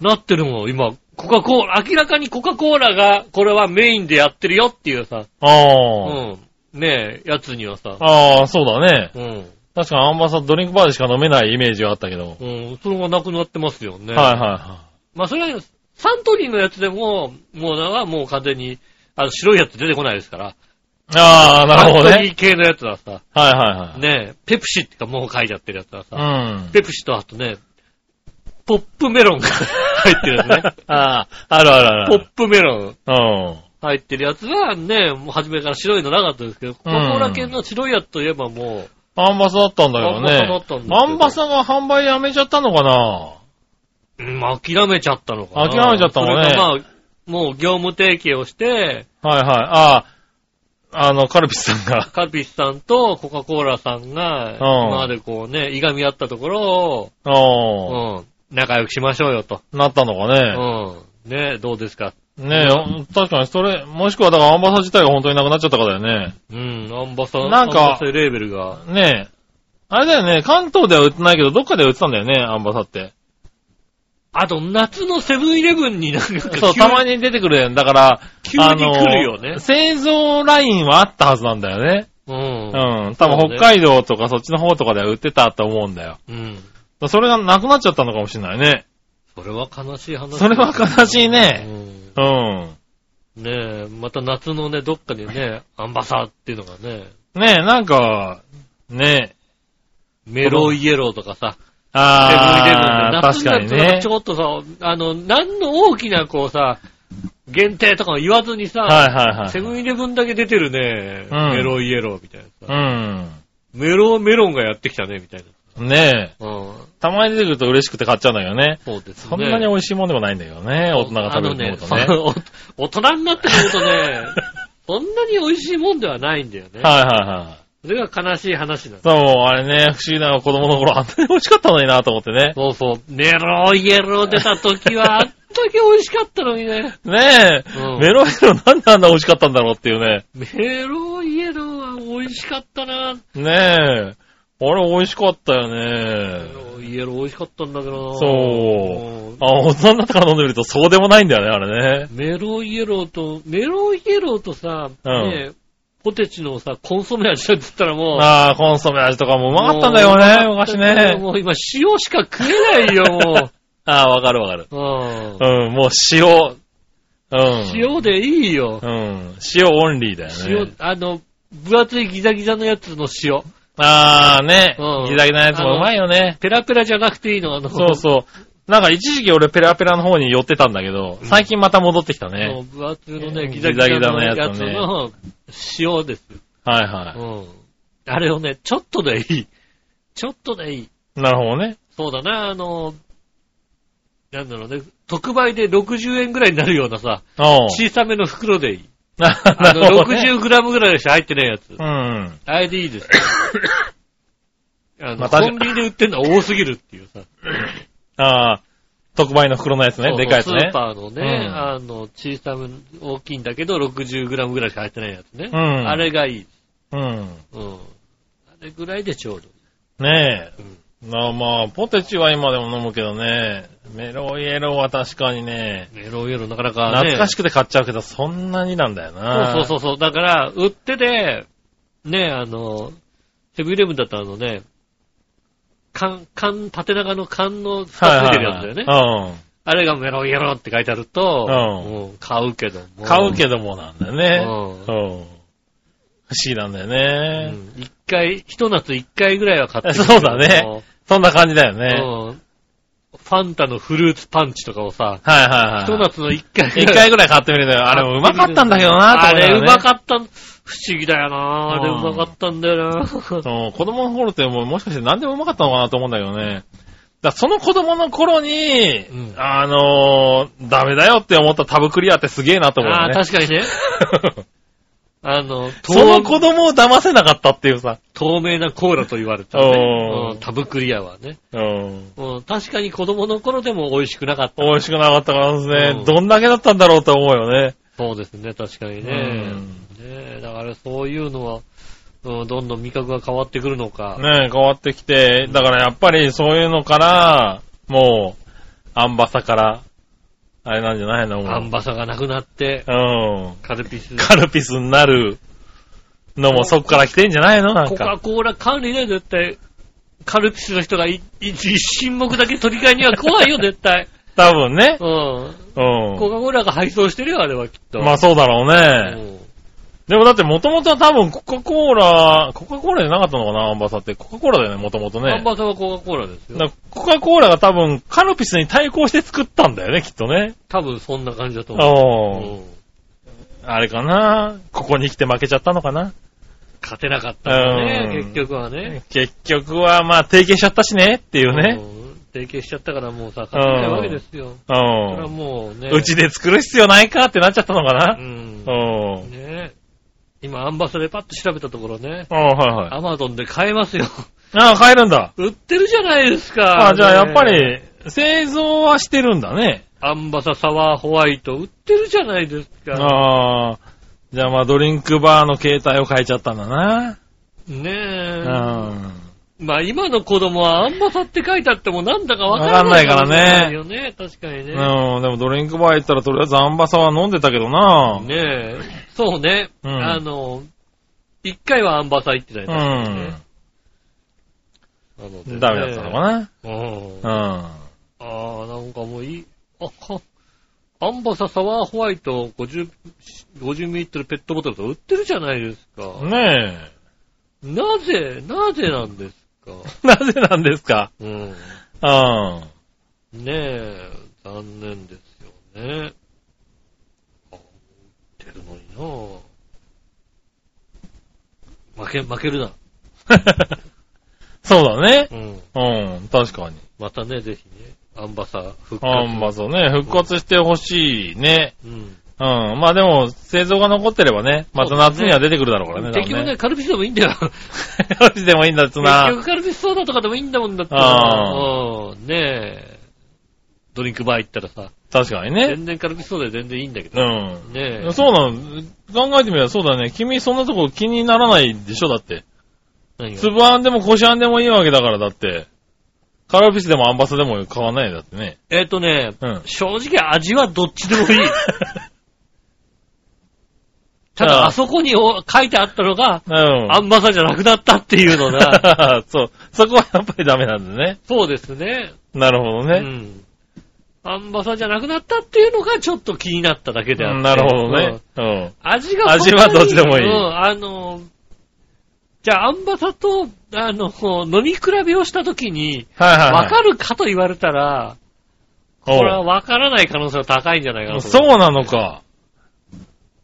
なってるもん、今、コカ・コーラ、明らかにコカ・コーラが、これはメインでやってるよっていうさ、
あ
う
あ。
ん、ねえ、やつにはさ、
ああ、そうだね。
うん、
確かにアンバサドリンクバーでしか飲めないイメージがあったけど。
うん、それがなくなってますよね。
はいはいは
まあ、それは、サントリーのやつでも、もうなはもう完全に、あの、白いやつ出てこないですから、
い。ああ、なるほど
サントリ
ね。
ー系のやつはさ、
はいはい
ねえ、ペプシってかもう書いちゃってるやつはさ、
はい。うん。
ペプシとあとね、ポップメロンが (laughs) 入ってるやつね。
(laughs) ああ、あるあるあ
ポ
る
ップメロン
ある。
入ってるやつはね、もう初めから白いのなかったですけど、コカ・コーラ系の白いやつといえばも
うん。アンバサだったんだけど
アンバ
ね。
サだったんだけど
アンバサが販売やめちゃったのかな
う、うん諦めちゃったのかな。
諦めちゃったのね
それがまあ、もう業務提携をして、
はいはい。ああ、あの、カルピスさんが。
カルピスさんとコカ・コーラさんが、今までこうね、いがみ合ったところ
ああ、
を、うん、仲良くしましょうよと。
なったのか
う
ね。
ん。ね、どうですか。
ねえ、確かにそれ、もしくはだからアンバサ自体が本当になくなっちゃったからだよね。
うん、アンバサー、
なんか
アンバサレーベルが。
ねえ。あれだよね、関東では売ってないけど、どっかでは売ってたんだよね、アンバサって。
あと、夏のセブンイレブンになんか急に、
そう、たまに出てくるよね。だから、
急に来るよね
あの製造ラインはあったはずなんだよね。
うん。
うん。多分北海道とかそっちの方とかでは売ってたと思うんだよ。
うん。
それがなくなっちゃったのかもしれないね。
それは悲しい話。
それは悲しいね。
ね。
うん。
うん。ねえ、また夏のね、どっかでね、アンバサーっていうのがね、
ねえ、なんか、ねえ。
メロイエローとかさ、セブンイレブン
あ
で
あ、
夏
確かに
になると
ね
ち。ょっとさ、あの、何の大きなこうさ、限定とかも言わずにさ、
はいはいはい。
セブンイレブンだけ出てるね、
うん
メロイエローみたいなさ、
う
メロメロンがやってきたね、みたい
ん。ねえ。
な。うん。
たまに出てくると嬉しくて買っちゃうんだけどね。
そうですね。
そんなに美味しいもんでもないんだけどね。大人が食べると思う
あ
とね。
のねそうお大人になってくると
(laughs)
ね、そんなに美味しいもんではないんだよね。
はいはいはい。
それが悲しい話なんだ。
そう、あれね、不思議な子供の頃あんなに美味しかったのになと思ってね。
そうそう。メロイエロー出た時は、あんだけ美味しかったのにね。
ねえ、
うん
メロメロなんであんな美味しかったんだろうっていうね。
メロイエローは美味しかったな。
ねえ。あれ美味しかったよね
メ。ロイエロー美味しかったんだけどな。
そう
うん
あ、大人になってから飲んでみるとそうでもないんだよね、あれね。
メロイエローと、メロイエローとさ、
うん
ねポテチのさ、コンソメ味だって言ったらもう、
ああ、コンソメ味とかもうまかったんだよね、昔ね。
もう今塩しか食えないよ、も
ああ、わかるわかる。 (laughs)
う。うん
うん、もう塩。うん。
塩でいいよ。
うん。塩オンリーだよね。
塩、あの、分厚いギザギザのやつの塩。
あーね
うん。
ギザギザなやつもうまいよね。
ペラペラじゃなくていいの、あの、
そうそう。なんか一時期俺ペラペラの方に寄ってたんだけど、最近また戻ってきた
もう
ね。
分厚のね、
うん
ギザギザのや
ギザギザ
つ
の
の塩です。
はいは
うん。あれをね、ちょっとでいい。ちょっとでいい。
い。なるほどね。
そうだな、あの、なんだろうね、特売で60円ぐらいになるようなさ、
おう。
小さめの袋でいい。
(laughs) な
あ
る
の、
ほどね
60g ぐらいのしか入ってないやつ。
うん。
あれでいいです。
(laughs)
あ
ま
の、
あ確
コ
か
ンビニで売ってんのは多すぎるっていうさ。
ああ、特売の袋のやつね。でかいやつ
スー
ね。
パーのね、
うん
あの、小さめ、大きいんだけど、60g ぐらいしか入ってないやつね。
うん
あれがいい。
うん。
うん。あれぐらいでちょうどいい。
ね
うん
え。なあまあ、ポテチは今でも飲むけどね。メロイエローは確かにね。
メロイエロなかなかね。
懐かしくて買っちゃうけど、そんなになんだよな。
そうそうそうそう。だから、売ってて、ね、あの、セブンイレブンだったらあのね、缶、缶、縦長の缶の蓋
はい
ついて
はい
る
は
やつ
い
だよね。
うん。
あれがメロイエロって書いてあると、
うん
もう買うけども。
買うけどもなんだよね。
う
うん不思議なんだよ
う
ね。
ん一回、一夏一回ぐらいは買ってる
そうだねそんな感じだよ
け
ね。
ど。うんファンタのフルーツパンチとかをさ、
はいはい
一
は
夏の一回
い。一回ぐらい買ってみるのよ。あれもうまかったんだけどな、
あれうま
っ
かった。不思議だよなあれうまかったんだよな
た。うん子供の頃ってもうもしかして何でもうまかったのかなと思うんだけどね。だからその子供の頃に、
うん
あのーダメだよって思ったタブクリアってすげえなと思う
あ
よ
あ、
ね。
確かにね。あの、
(laughs) その子
透
供を騙せなかったっていうさ。
透明なコーラと言われた、
おー
ねうん、タブクリアはね、
うん
うん。確かに子供の頃でも美味しくなかった。
美味しくなかったからですね、
うん
どんだけだったんだろうと思うよね。
そうですね、確かにね。ねえだからそういうのは、うん、どんどん味覚が変わってくるのか。
ねえ変わってきて、だからやっぱりそういうのから、もう、アンバサから、あれなんじゃないのもう
アンバサがなくなって、
うん。
カルピス。
カルピスになるのもそっから来てんじゃないのなん
コ
か
カ・。コーラ管理ね、絶対。カルピスの人がいい一品目だけ取り替えには怖い
(laughs)
よ、絶対。
多分ね
う。ん。コ
う
カ・コーラが配送してるよ、あれはきっと。
ん。まあそうだろうね。
うん
でもだって元々は多分コカ・コーラ、コカ・コーラじゃなかったのかな、アンバサって。コカ・コーラだよね、元々
ア
ね
ン。バサはコカ・コーラですよ
だ。からコカ・コーラが多分カルピスに対抗して作ったんだよね、きっとね。
多分そんな感じだと思う。
おー
うん
あれかなここに来て負けちゃったのかな
勝てなかったからね、
うん
結局はね。
結局は、まあ、提携しちゃったしねっていうね。
うん。提携しちゃったからもうさ、勝てないわけですよ。
う
それは
ん。
もうね。
うちで作る必要ないかってなっちゃったのか
う。
なんうん。うん、
ね今、アンバサでパッと調べたところね、
はいはい。
アマゾンで買えますよ。 (laughs)
ああ、買えるんだ。
売ってるじゃないですか。
ああ、じゃあ
ね
やっぱ。り、製造はしてるんだね。
アンバササワーホワイト売ってるじゃないですか。
ああ。じゃあまあ、ドリンクバーの携帯を変えちゃったんだな。
ね
う
え。
ん。
まあ今の子供はアンバサって書いてあってもなんだかわからない
わかんないからね
よね、確かにね。
うん、でもドリンクバー行ったらとりあえずアンバサは飲んでたけどな。
ねえ、そうね。
うん
あの、一回はアンバサ行ってないう確かに
ん
ね。。なのでね
ダメだったのか
うん。あ
な。
あ、なんかもういい。あ、かアンバササワーホワイト50、50ml ペットボトルとか売ってるじゃないですか。
うん。ねえ。
なぜ、なぜなんですか。
(laughs) なぜなんですか
うん。
う
ね
ん。
え、残念ですよね。あ売ってるのにな負け、負けるな。
(laughs) そうだね。
うん。
うん、確かに。
またね、ぜひね、アンバサ復活。
アンバサね、復活してほしいね。
うん。
うん。まあでも、製造が残ってればね、また夏には出てくるだろうからね。
結局ね、カルピスでもいいんだよ。
多分ね。少し (laughs) でもいいんだっつ
結
うな
局。カルピスソーダとかでもいいんだもんだって。
あ
うん。ねえ。ドリンクバー行ったらさ、
確かにね。
全然カルピスソーダで全然いいんだけど。
うん。
ねえ。
そうなの。考えてみればそうだね。君そんなとこ気にならないでしょだって。
何が
粒あんでもこしあんでもいいわけだからだって。カルピスでもアンバサでも変わんないよだってね。
えっとね、 (laughs)
うん。
正直味はどっちでもいい。た
あ
だ、
あ
あそこにお書いてあったのが、
(laughs) うん。
アンバサじゃなくなったっていうのが、
(laughs) そう。そこはやっぱりダメなんだね。
そうですね。
なるほど
う
ね。
ん。アンバサじゃなくなったっていうのがちょっと気になっただけであって。
うんなるほど
う
ね
ん。
うん。
味が
味はどっちでもいい
うん、あの、じゃあ、アンバサと、あの、飲み比べをしたときに、
はいはい、はい。
わかるかと言われたら、
おう
これはわからない可能性は高いんじゃないかなと
そうなのか。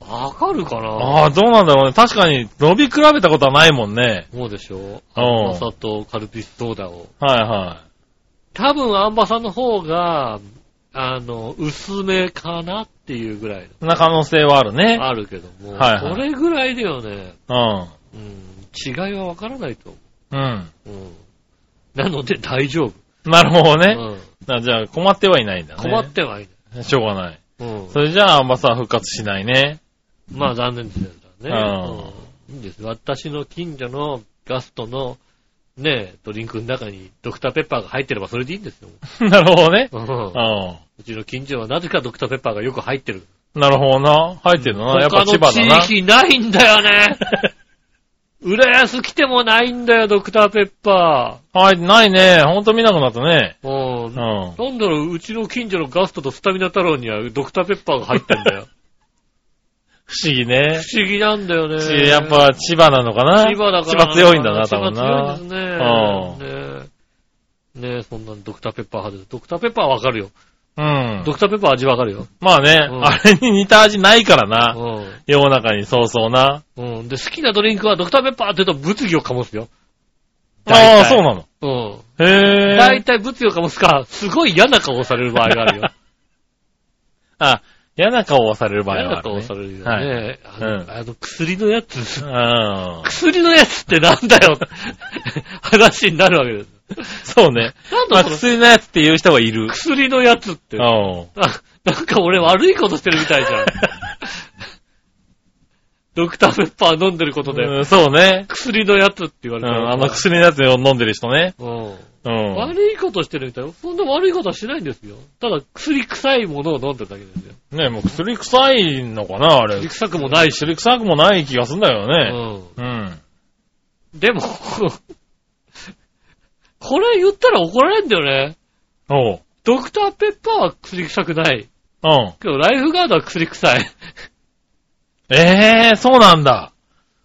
わかるかな
ああ、どうなんだろうね。確かに、伸び比べたことはないもんね。
そうでしょ
うん
アンバサとカルピスソーダを。
はいは
多分アンバサの方が、あの、薄めかなっていうぐらい
い。な可能性はあるね
の。あるけども、
はいはい
それぐらいだよね、
うん。
うん、違いはわからないと思
うん。
う。うん、なので大丈夫。
なるほど
う
ね。
ん、
あじゃあ、困ってはいないんだね。
困ってはい
て。しょうがない。
ない。うん
それじゃあ、まさ復活しないね。 (laughs)
まあ残念ですよね。うんいいんです。私の近所のガストの、ねドリンクの中にドクターペッパーが入ってればそれでいいんですよ。
なるほどね。
う
うんん。
うちの近所はなぜかドクターペッパーがよく入ってる。
なるほどな。入ってるのな。やっぱ
他の
千葉だな。
地域ないんだよ
(laughs)
ね。浦安来てもないんだよ、ドクターペッパ
はい、ないね。ほんと見なくなったね。
ー。うん。
う。
なんんだろう、うちの近所のガストとスタミナ太郎にはドクターペッパーが入ってん
(laughs)
だよ。
不思議ね。
不思議なんだよね。
ちやっぱ千葉なのかな
千葉だから。
千葉強いんだな、多分な。
千葉強いですね。ねえ。ねえ、そんなドクターペッパー派です。ドクターペッパーはわかるよ。
うん
ド。クターペッパーは味わかるよ。
まあね、
うん
あれに似た味ないからな。世の中にそうそうな。
うん。うん。で、好きなドリンクはドクターペッパーって言うと物議を醸すよ。
あ
大
あ、
体
そうなの。
うん。
へ
大
え。
体物議を醸すか、すごい嫌な顔をされる場合があるよ。
あ、嫌な顔をさ (laughs) れる場合
嫌
は
な
ある、
顔を
ね。
されるよ
は
ね。あの
うん
あの、薬のやつ。
うん。
薬のやつってなんだよ。 (laughs) 話になるわけです。
(laughs) そうね。
なん
ま
だ
あ、
その
薬のやつって言う人はいる。
薬のやつって
う。ん。
あ、なん (laughs) か俺悪いことしてるみたいじゃ
(laughs)
ん。ドクターペッパー飲んでることで、
うんそうね。
薬のやつって言わ
う
れ
ん、
たら
あの薬のやつを飲んでる人ね。
うん
うん。
悪いことしてるみたいよ。そんな悪いことはしないんですよ。ただ、薬臭いものを飲んでるだけですよ。
ねもう薬臭いのかな、あれ
薬。臭くもないし。
薬臭くもない気がすんだよ
うん。
ね。うん。
でも、 (laughs) これ言ったら怒られるんだよね。
おう。
ドクターペッパーは薬臭くない。
うん。
けど、ライフガードは薬臭い。
ええー、そうなんだ。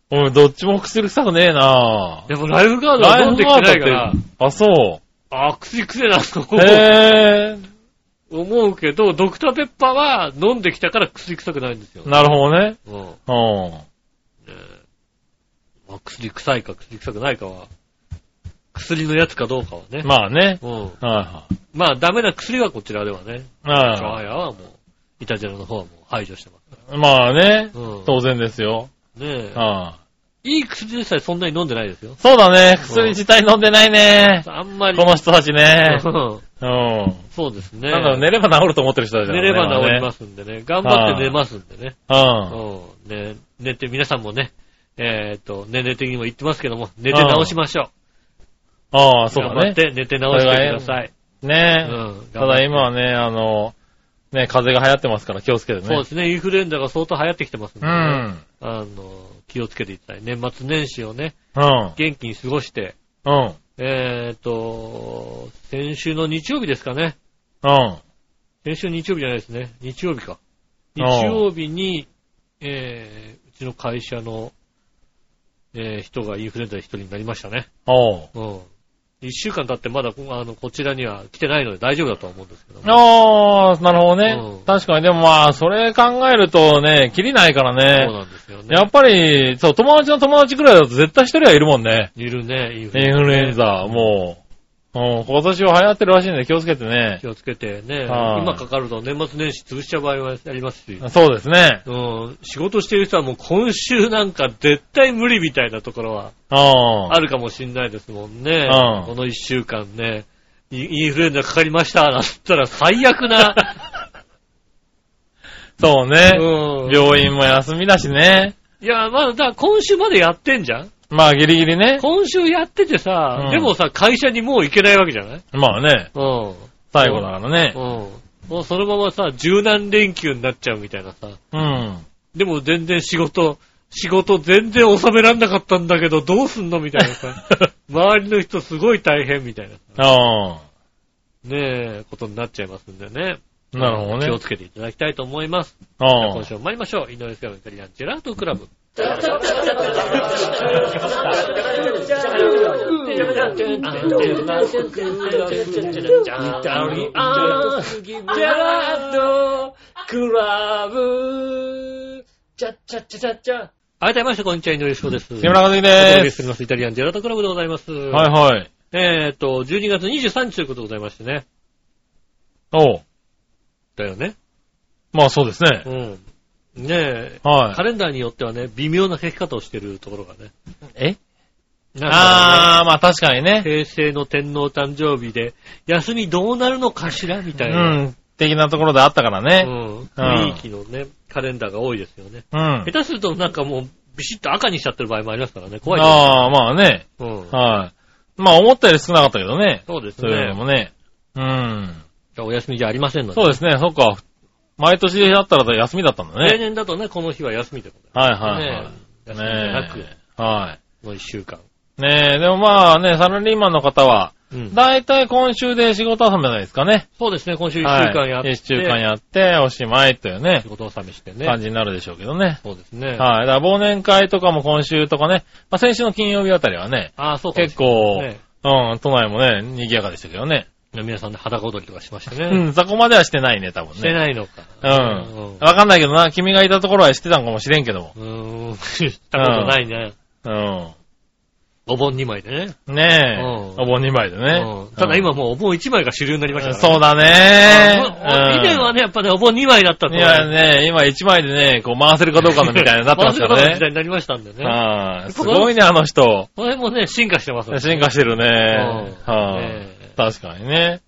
俺、どっちも薬臭くねえな
でも、ライフガードは飲んできてないから、
あ、そ
あ、薬臭いなと
う。
思う。
へえ
思うけど、ドクターペッパーは飲んできたから薬臭くないんですよ
ー。。なるほどね。
うん。
うん。
えーまあ、薬臭いか薬臭くないかは、薬のやつかどうかはね。
まあね。
うん。
は
まあ、ダメな薬はこちらではね。
いはい。
あ
は
あやはもう、イタジェラの方はもう排除してま
い。まあね
す。。うん。
当然ですよ。
ねえ。
あ
いい薬でさえそんなに飲んでないですよ。
そうだね。薬自体飲んでないね。
あんまり。
この人たちね。
うん
うん。
そうですね。
なんだろう、寝れば治ると思ってる人たちだ
寝
からね。。
れば治りますすんでね。頑張って寝ますんでね。
うん。
そうね、寝て、皆さんもね、えーっ、と、年齢的にも言ってますけども、寝て直しましょ
ああ、
う。
そう
頑張
だ
っ
ね。
て寝て直してください。う
ねえ。
ん。
ただ今はね、あの、ね、風邪が流行ってますから気をつけてね。
そうですね、インフルエンザが相当流行ってきてますんで、
う
ね
ん。
あの、気をつけていただいて、年末年始をね、
うん。
元気に過ごして、
うん。
えーっ、と、先週の日曜日ですかね。
うん。
先週日曜日じゃないですね。日曜日か。日
ああ
曜日に、えー、うちの会社の、えー、人がインフルエンザで一人になりましたね。
おう。
うん。一週間経ってまだ、こあの、こちらには来てないので大丈夫だとは思うんですけども。
ああ、なるほどね。
うん
確かに。でもまあ、それ考えるとね、きりないから
そう
ね。
なんですよね。
やっぱり、そう、友達の友達くらいだと絶対一人はいるもんね。
いるね、インフル
イ
エン
ン
ザ。
フルエンザ、もう。うん、今年は流行ってるらしいんで気をつけてね
気。をつけてね、
ああ
今かかると年末年始潰しちゃう場合はありますし。
そうですね。
うん、仕事してる人はもう今週なんか絶対無理みたいなところは
うん
あ。るかもしんないですもんね。
うん
この一週間ね、イインフルエンザかかりました、なんつったら最悪な、
そう (laughs) ね。
うん。
病院も休みだしね。
いや、まあだから今週までやってんじゃん
まあ、ギリギリね。
今週やっててさ、
うん
でもさ、会社にもう行けないわけじゃない
まあね、
うん。
最後だから
うん。
ね。
もうそのままさ、柔軟連休になっちゃうみたいなさ。
うん。
でも全然仕事、仕事全然収めらんなかったんだけど、どうすんのみたいな
(laughs)
さ。周りの人すごい大変みたいな。
あ
ねえ、ことになっちゃいますんでね。
あ。なるほどね。
気をつけていただきたいと思います。じゃあ
あ
今週も参りましょう。井上杉のイタリアンジェラートクラブ。
Thank you.
改めまして、こんにちは、井上翔です。
木村和樹
お届
で
け
す。
しております。イタリアンジェラートクラブでございます。
はいはい。
えっと、12月23日ということでございましてね。
おう。
だよね。
まあそうですね
う。ん。ねえ、カ
はい。
レンダーによってはね、微妙な書き方をしてるところがね。
え
なんか
あー、まあ確かに
ね
ね。
平成の天皇誕生日で、休みどうなるのかしらみた
う
いな。
ん。的なところであったから
う
ね。
ん。雰囲気のね、カレンダーが多いですよね。
うん。
下手するとなんかもう、ビシッと赤にしちゃってる場合もありますからね。怖いで
ああ、まあね。
す。うん。
はい。まあ思ったより少なかったけどね。
そうです
そういう
ね。
のもね。うん。
お休みじゃありませんので。
そうですね、そっか。毎年だったら休みだったんだ
例
ね。
年だとね、この日は休みでござい
はいは
ます
い
ね
は。
休
い。
みじゃなく
ね、え。は
の一週間。
い。ねえ、でもまあね、サラリーマンの方は、
うん
だいたい今週で仕事納めですかね。
そうですね、今週一週
はい
間やって。
一週間やって、おしまいというね
仕、事をめしてね。
感じになるでしょうけどね。
そうですね。
はい。だから忘年会とかも今週とかね、まあ先週の金曜日あたりはね、
ああ、そうかもし
結
れ
構、
ないね
うん、都内もね、賑やかでしたけどね。
皆さんで裸踊りとかしました
う
ね。
ん、そこまではしてないね、多分ね。
してないのか。
うん。わかんないけどな、君がいたところはしてたんかもしれんけども。
うん。うーん。したことないね。
うん。
お盆2枚でね。
ねえ。
うん
お盆2枚で
う
ね
ん。ただ今もうお盆1枚が主流になり
う
ま
ん、
したから
そう
ね。
だね。
うん以前は
ね。
ね、やっぱね、お盆2枚だったと
いやね、今1枚でね、こう回せるかどうかのみたいに
(laughs)
なってますか
バ
ら
ズる時代
ね。
になりましたんでね。
はいすごいね、あの人。
これもね、進化してますね。
進化してるね。
うん
は
ね
い。確かにね。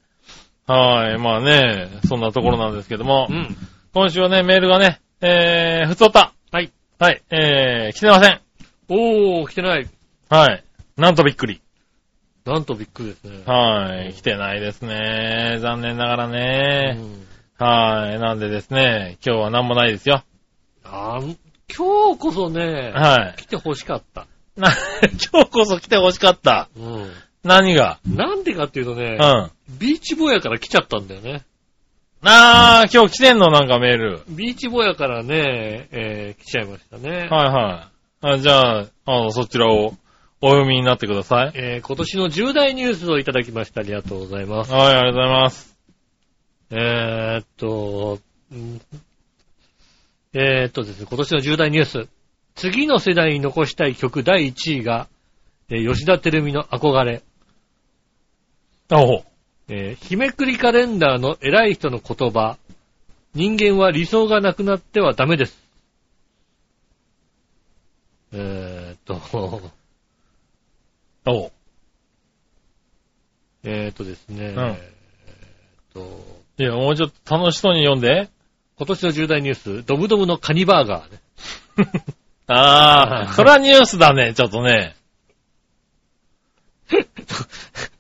はい。まあね、そんなところなんですけども
う。ん。
今週はね、メールがね、えー、ふつおた。
はい。
はい。えー、来てません。
おー、来てない。
はい。なんとびっくり。
なんとびっくりですね。
は
うん
い。来てないですね。残念ながら
う
ね。
ん
はい。なんでですね、今日は何もないですよ。
あー今日こそね、
は
来て欲しかった。
い。な (laughs) 今日こそ来て欲しかった。
うん。
何が
なんでかっていうと
う
ね
ん。、あ
ビーチボーヤから来ちゃったんだよね。
ー、今日来てんのなんかメール。
ビーチボーヤからね、えー来ちゃいましたね。
はいはい。あじゃあ、あの、そちらをお読みになってください。
えー今年の重大ニュースをいただきました。ありがとうございます。
はい、ありがとうございます。
えーっと、うんえーっとですね、今年の重大ニュース。次の世代に残したい曲第1位が、えー吉田照美の憧れ、
おう。
えー日めくりカレンダーの偉い人の言葉、人間は理想がなくなってはダメです。えーっと、
おう。
えーっとですね、
うん
えーっと、
いや、もうちょっと楽しそうに読んで。
今年の重大ニュース、ドブドブのカニバーガーね。 (laughs)
あー、 (laughs) それはニュースだね、ちょっとね。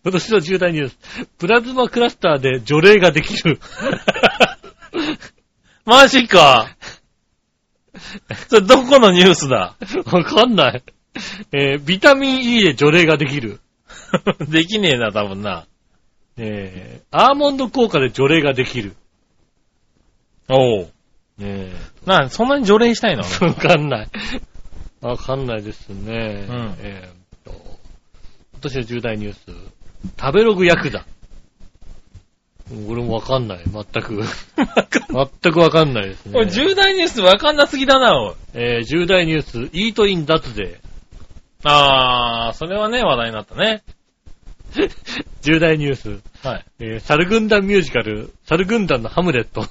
今年の重大ニュース。プラズマクラスターで除霊ができる。 (laughs)
マジ (laughs) か。それどこのニュースだ
わかんない。えービタミン E で除霊ができる。
できねえな、多分な。
えーアーモンド効果で除霊ができる。
おう。
え
な、そんなに除霊した (laughs) いの
ーわかんない。わかんないですね。
うん
えーっと今年の重大ニュース。食べログヤクザ。俺もわかんない。全く。 (laughs) 全くわかんないですね。
おい、重大ニュースわかんなすぎだな、おい。
えー重大ニュース、イートイン脱税。 (laughs)
あー、それはね、話題になったね。
重大ニュース、
はい。
えー、猿軍団ミュージカル、猿軍団のハムレット。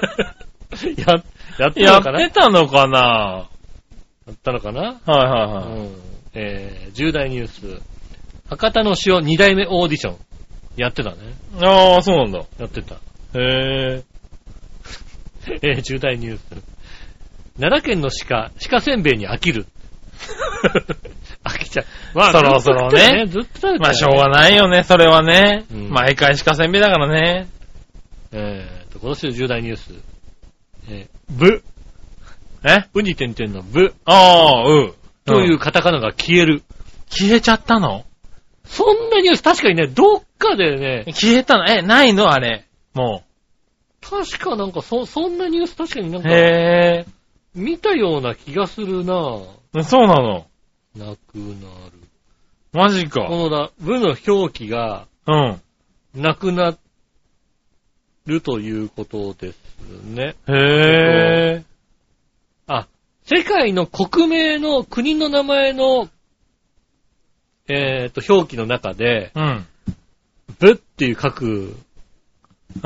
(laughs) や、やってた
や
の
っ
かなや
てたのかな
ったのかな、
はいは
う
いはい。
ん、えー、重大ニュース、博多の塩二代目オーディション。やってたね。
あー、そうなんだ。
やってた。
へ
(laughs) えー、重大ニュース。奈良県の鹿、鹿せんべいに飽きる。 (laughs) 飽きちゃう。ま
そろそろね
ずっと食べてたよ
ー。まあ、しょうがないよね、それはね。
うん
毎回鹿せんべいだからね。
えーと、今年の重大ニュース。えー、ブ。
え
ウニ点々のブ。
あー、うん。。
といううんカタカナが消える。
消えちゃったの
そんなニュース、確かにね、どっかでね、
消えたのえ、ないのあれ。も
確かなんかそ、そんなニュース確かになん
う。
か、
へ
見たような気がするなぁ。
ー。そうなの。
なくなる。
マジ
こ
か。
のな、部の表記が
うん。
なくなるということですね。
へえ。
あ、世界の国名の国の名前の、えっ、と、表記の中で、
うん。
部っていう書く
うん。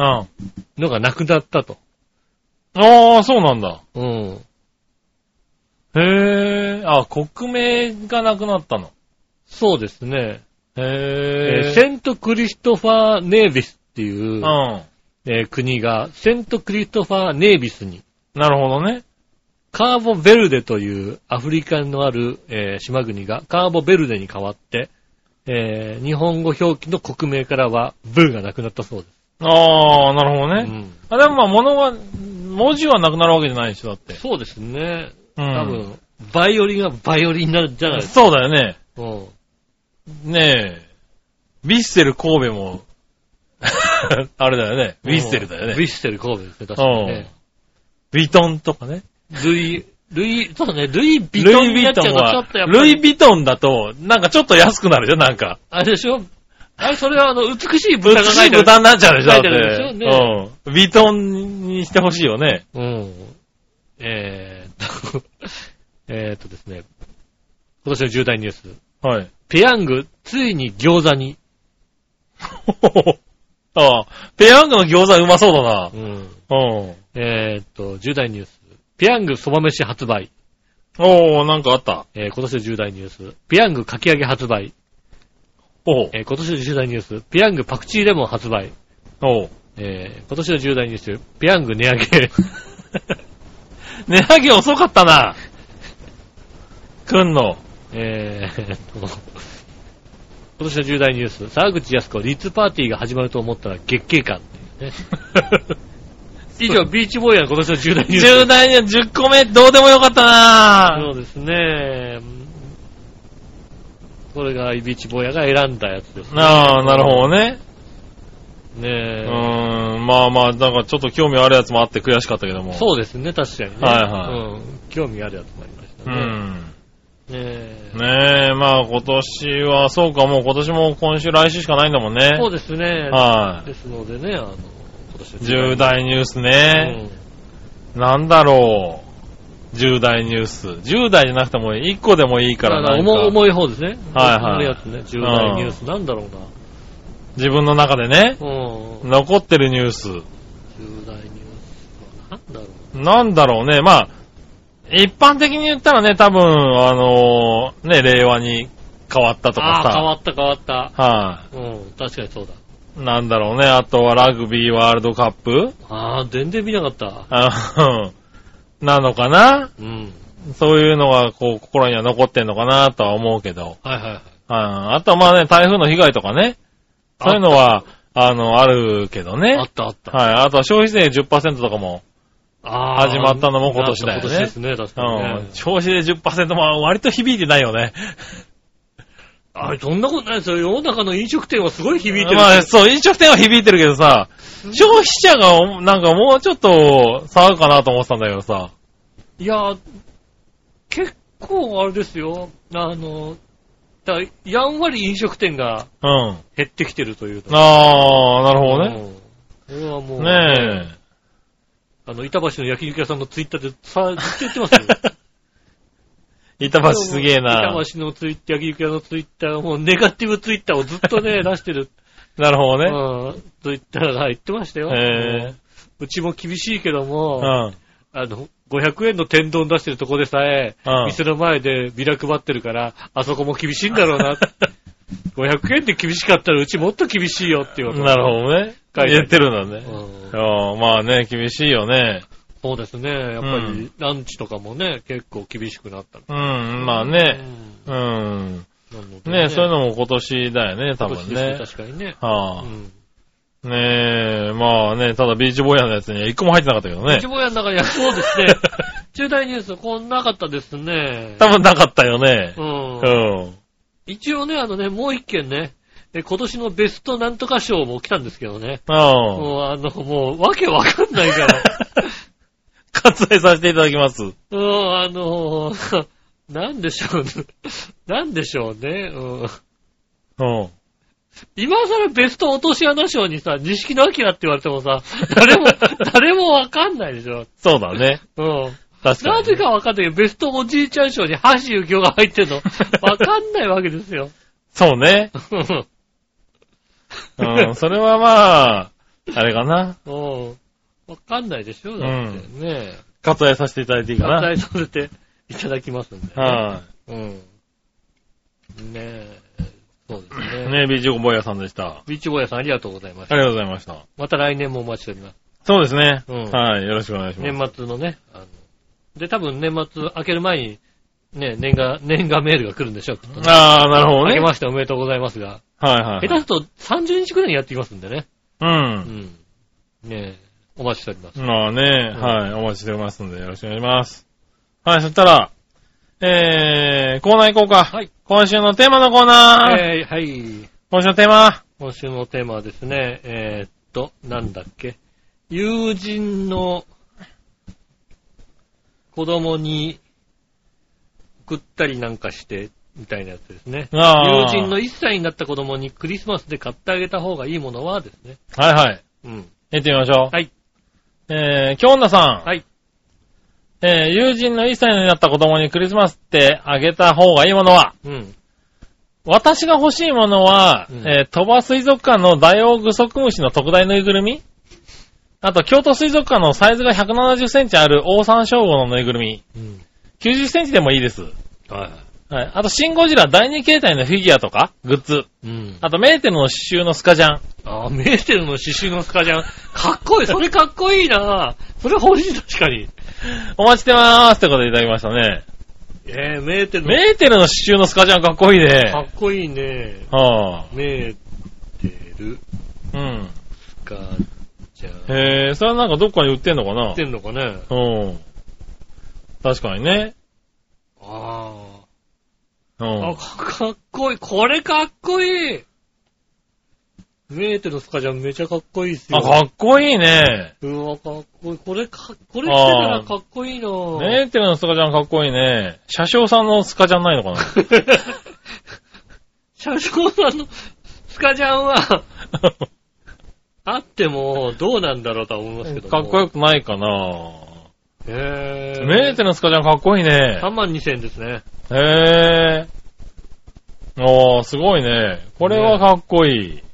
あ
のがなくなったと。
あ、そうなんだ。
うん。
へえ。あ、国名がなくなったの。
そうですね。え
へ
ー
え。
セントクリストファー・ネービスっていうう、
ん。
えー国が、セントクリストファー・ネービスに、
なるほどね。
カーボベルデというアフリカのある、えー島国がカーボベルデに変わって、えー日本語表記の国名からは、ブーがなくなったそうです。
ああ、なるほ
う
どね。
ん、
あ、でもまあ、物は、文字はなくなるわけじゃないでしょ、だって。
そうですね。
うん。
多分、バイオリンがバイオリンになるんじゃないですか。
そうだよね。
うん
ねえ。ヴィッセル神
(laughs)
戸も、あれだよね。ヴィッセルだよ
ヴィッ
ね。
セル神戸ですね、確かにね。
ヴィトンとかね。
ルイ、ルイ、そうだね、ルイ・ヴィ
ル
ト
イ・
ンに
ヴ
なっ
ィト
ちゃ
ン
うとちょ
は
っとやっ、ぱり。
ルイ・ヴィトンだと、なんかちょっと安くなるじゃん、なんか。
あれでしょあれ、それはあの、美しい
ぶっ
豚が書いてある。
豚になっちゃうでしょ、だっ
書いてあるでしょ
て。うん。ヴィトンにしてほしいよね。
うん。えーっと、 (laughs) えーっとですね。今年の重大ニュース。
はい。 (laughs)
ペヤング、ついに餃子に。
ああ、ペヤングの餃子うまそうだな。
うん。
うん。
えーっと、重大ニュース。ペヤングそば飯発売。
おー、なんかあった。
えー今年の重大ニュース。ペヤングかき揚げ発売。
おう
えー今年の重大ニュース。ペヤングパクチーレモン発売。
おう
えー今年の重大ニュース。ペヤング値上げ。 (laughs)
値上げ遅かったな。くんの。
えーっと、今年の重大ニュース、沢口靖子、リッツパーティーが始まると思ったら月経感っていうね。 (laughs) 以上、ビーチボーイの今年の重大ニュース。
重大には10個目、どうでもよかった
そ
な
うですね。これがビーチボーイが選んだやつですね。
ああ、なるほどね。う
ねえ
ーん、まあまあ、なんかちょっと興味あるやつもあって悔しかったけども。
そうですね、確かにね。
はいは
うん、興味あるやつもありました
う
ね。ね
ん。
え
ねえ、まあ今年は、そうか、もう今年も今週来週しかないんだもんね。
そうですね。
はい、
ですのでね、あの、今年の
重大ニュース
う
ね。
ん
なんだろう。重大ニュース。10代じゃなくても1個でもいいから
まあ
なん
重
か、
重い方ですね。
はいはい
重いやつね。重大ニュースなんだろうな。
自分の中でね、
うん。
残ってるニュース。
重大ニュースはなんだろう。
なんだろうね、まあ、一般的に言ったらね、多分、あのーね、令和に変わったとか
ああ、
さ、
変
はい、
わった変わった。うん、確かにそうだ。
なんだろうね、あとはラグビーワールドカップ
ああ、全然見なかった。
あ (laughs) なのかな
うん。
そういうのが、こう、心には残ってんのかなとは思うけど。
はいはいはい。
ああとはまあね、台風の被害とかね、そういうのは、あの、あるけどね。
あ
は
っ
い。
たあった。
あとは消費税10%とかも、
ああ
始まったのも今年だよね
今年ですね、確
う
かにね
ん。。消費税10%も割と響いてないよね。
あれ、そんなことないですよ。世の中の飲食店はすごい響いてる。
まあ、そう、飲食店は響いてるけどさ、消費者が、なんかもうちょっと、騒ぐかなと思ってたんだけどさ。
いや、結構あれですよ。あの、だからやんわり飲食店が
うん。
減ってきてるというか。
あー、なるほどね。
うん。これはもう、
ねえ。
あの、板橋の焼肉屋さんのツイッターでさ、ずっと言ってますよ。
(laughs) 板橋すげえな。
板橋のツイッター、焼肉屋のツイッター、もうネガティブツイッターをずっと
(laughs)
ね、出してる、
なるほど
う
ね。
ん、ツイッターが言ってましたよ。
へえ。
うちも厳しいけど
う
も、
ん。
あの、500円の天丼出してるとこでさえ、
うん
店の前でビラ配ってるから、あそこも厳しいんだろう
(laughs)
な。500円で厳しかったらうちもっと厳しいよっていうこと。
なるほどね。
書いてある
言ってるんだね。
うん
うんまあね、厳しいよね。
そうですね。やっぱ
う
り、ランチとかもね、結構厳しくなった。
うん、まあ
う
ね。
ん
うん。
なので
ねそういうのも今年だよね、多分
今年
ね
で。す確かにね。う
はあ。
ん。
ねえ、まあね、ただビーチボーイヤーのやつには一個も入ってなかったけどね
一。望屋の中には、そうですね。 (laughs) 重大ニュース、こんなかったですね。
多分なかったよね
う。。
うんん。
一応ね、あのね、もう一件ね、え今年のベストなんとか賞も来たんですけどね。
うん。
もう、あの、もう、わけわかんない
(laughs)
から。
割愛させていただきま
(laughs)
す。
うん、あのー、なんでしょうね。なんでしょうね。うん。
うん。
今更ベスト落とし穴賞にさ、錦野明って言われてもさ、 (laughs) 誰も、誰もわかんないでしょ。
そうだね。
うん。
確かに。
なぜかわかんないけど、ベストおじいちゃん賞に橋幸夫が入ってんの、わかんないわけですよ。
そうね。
うん
うん。それはまあ、あれかな。
うん。わかんないでしょだってね。
割愛させていただいていいかな。
割
はい、
愛させていただきますんで、ね。うん。ねえ。そうですね。
ねビーチゴボーヤさんでした。
ビーチボーヤさんありがとうございまし
あ
た。
りがとうございました。
また来年もお待ちしております。
そうですね。
うん
はい。よろしくお願いします。
年末のね。あので、多分年末明ける前に、ね、年賀、年賀メールが来るんでしょう、きっとね
ああ、なるほど
明
ね。
けましておめでとうございますが。
はいはいはい。
下手すると30日くらいにやってきますんでね。
う。
うんん。ねえ、お待ちしております。
まあね、
うん
はい。お待ちしておりますので、よろしくお願いします。はい、そしたら、えー、コーナー行こうか。
はい。
今週のテーマのコーナー。
えー、はい。
今週のテーマ。
今週のテーマはですね、えー、っと、なんだっけ。友人の子供に送ったりなんかして、みたいなやつですね。
あ
友
あ
人の1歳になった子供にクリスマスで買ってあげた方がいいものはですね。
はいはい。
うん。
やってみましょう。
はい。
えー、京女さん。
はい。
えー、友人の1歳になった子供にクリスマスってあげた方がいいものは
うん。
私が欲しいものは、
うん
えー、鳥羽水族館のダイオウグソクムシの特大ぬいぐるみあと、京都水族館のサイズが170センチあるオオサンショウウオのぬいぐるみ。
うん。
90センチでもいいです。
はいは
はい。あと、シンゴジラ第2形態のフィギュアとか、グッズ。
い。うん。
あと、メーテルの刺繍のスカジャン。
あー、メーテルの刺繍のスカジャン。かっこいい。それかっこいいなそれ欲しい、確かに。
お待ちしてまーすってことでいただきましたね。
えー、メーテルの
メーテルの刺繍のスカジャンかっこいいね。
かっこいいね。
はぁ、
メーテル
うん。
か、じゃあ、や
へえ、それはなんかどっかに売ってんのかな
ってんのかね。
うん。確かにね。
あ
う
あ。あ、
ん。
かかっこいい。これかっこいい。メーテルのスカジャンめちゃかっこいいっすよ。
あ、かっこいいね。
うわ、かっこいい。これか、これ着てたらかっこいいなぁ。
メーテルのスカジャンかっこいいね。車掌さんのスカジャンないのか
車掌さんのスカジャンは、
な
あってもどうなんだろうとは思いますけども。
かっこ
よ
よくないかな
へぇ
メーテルのスカジャンかっこいいね。
3万2000円ですね。
へえ。おー、すごいね。これはかっこいい。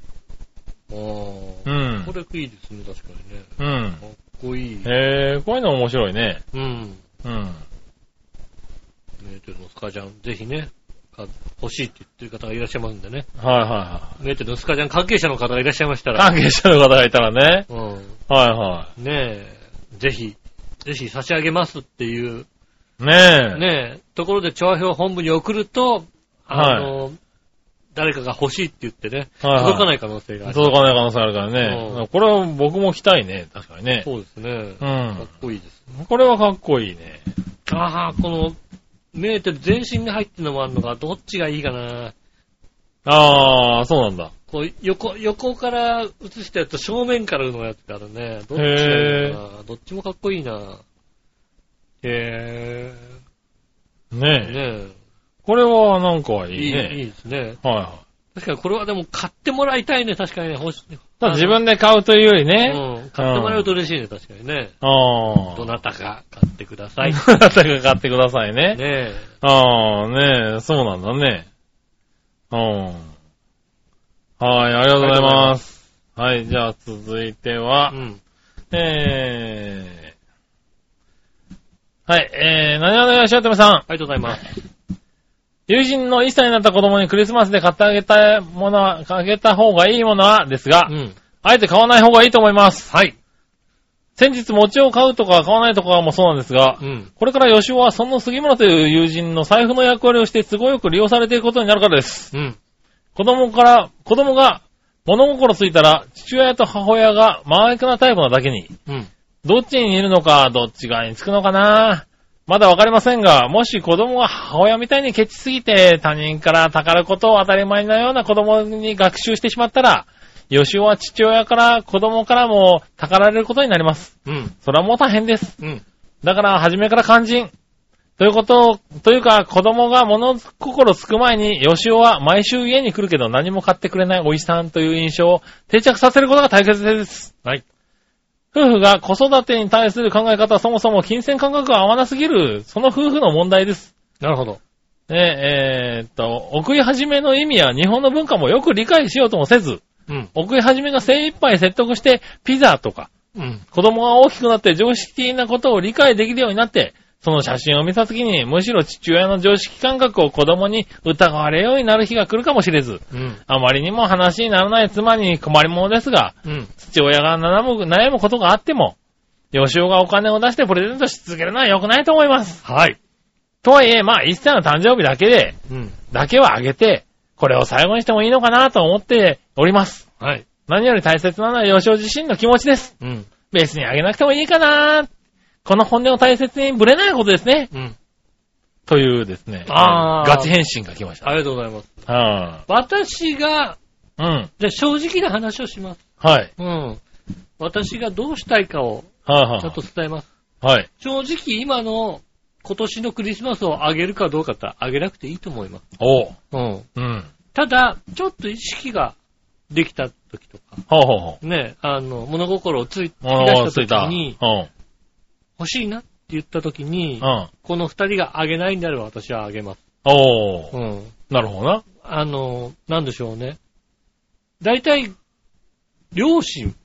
あー
うん
こ。れいいですね、確かにね。
うん。
かっこいい。
へえ、こういうの面白いね。
うん。
うん。
メーテルのスカジャン、ぜひね、か欲しいって言ってる方がいらっしゃいますんでね。
はいはいは
メーテルのスカジャン関係者の方がいらっしゃいました
い。
ら、
関係者の方がいたらね。
うん。
はいは
ねえ、ぜひ、ぜひ差し上げますっていう、
い。ねえ。
ねえ、ところで調和表本部に送ると、あの、誰かが欲しいって言ってね、
はいはい
届かない可能性がある。
届かない可能性あるからね。
うん
これは僕も着たいね。確かにね。
そうですね。
う
かっ
ん。
こいいです。
これはかっこいいね。
ああ、この、メーテル全身に入ってるのもあるのか、どっちがいいかな。
あー、そうなんだ。
こう、横、横から映したやつと正面からのやつってあるね。どっちがいいのかな。どっちもかっこいいな。へえ。
ねえ。
ね
これはなんか
え。
い
い
い
い、い
ね。
いですね。
はいはい。
確かにこれはでも買ってもらいたいね。確かにね。欲しい。
ただ自分で買うというより
あ
ね。
のうん。買ってもらうと嬉しいね。確かにね。
あー。
どなたか買ってください。ね
どなたか (laughs) 買ってくださいね。
え。
あー、ねえ、そうなんだね。うん。はい、ありがとうございます。はい、じゃあ続いては
う、ん。
えー、はい、えー、なにわのよしおとめさん。
ありがとうございます。
友人の1歳になった子供にクリスマスで買ってあげたいものは、あげた方がいいものは、ですが、
うん。
あえて買わない方がいいと思います。はい。先日餅を買うとか買わないとかもそうなんですが、
うん。
これから吉尾はその杉村という友人の財布の役割をして都合よく利用されていることになるからです。
うん。
子供から、子供が物心ついたら、父親と母親が真逆なタイプなだけに、
うん。
どっちにいるのか、どっち側につくのかな。まだわかりませんが、もし子供が母親みたいにケチすぎて他人からたかることを当たり前のような子供に学習してしまったら、吉尾は父親から子供からもたかられることになります。
うん。
それはもう大変です。
うん。
だから、初めから肝心。ということ、というか、子供が物心つく前に、吉尾は毎週家に来るけど何も買ってくれないおじさんという印象を定着させることが大切です。
はい。
夫婦が子育てに対する考え方はそもそも金銭感覚が合わなすぎる、その夫婦の問題です。
なるほど。
ねえ、えーっと、送り始めの意味や日本の文化もよく理解しようともせず、
うん。
送り始めが精一杯説得して、ピザとか、
うん。
子供が大きくなって常識的なことを理解できるようになって、その写真を見たときに、むしろ父親の常識感覚を子供に疑われるようになる日が来るかもしれず、
うん。
あまりにも話にならない妻に困りものですが、
うん。
父親が悩む悩むことがあっても、吉尾がお金を出してプレゼントし続けるのは良くないと思います。
はい。
とはいえ、まあ、一歳の誕生日だけで、
うん。
だけはあげて、これを最後にしてもいいのかなと思っております。
はい。
何より大切なのは吉尾自身の気持ちです。
うん。
別にあげなくてもいいかなこの本音を大切にぶれないことですね。
うん。
というですね。
あー
ガチ返信が来まし
ありがとうございます。
た。は
私が、
あ、うん。
じゃあ正直な話をします。
はい。
うん。私がどうしたいかを
はいはい。
ちゃんと伝えます。
はい。
正直今の今年のクリスマスをあげるかどうかってあげなくていいと思います。
おう。
うん。
うん。
ただ、ちょっと意識ができた時とか、
ほうほうほ
ね、あの、物心をつい、
う。
出
おー、
し
つ
た
いた。
時
うん。
に、
うん。
欲しいなって言った時に、この二人があげないんであれば私はあげます。
おー。
うん。
なるほどな。
あの、なんでしょうね。大体、両親、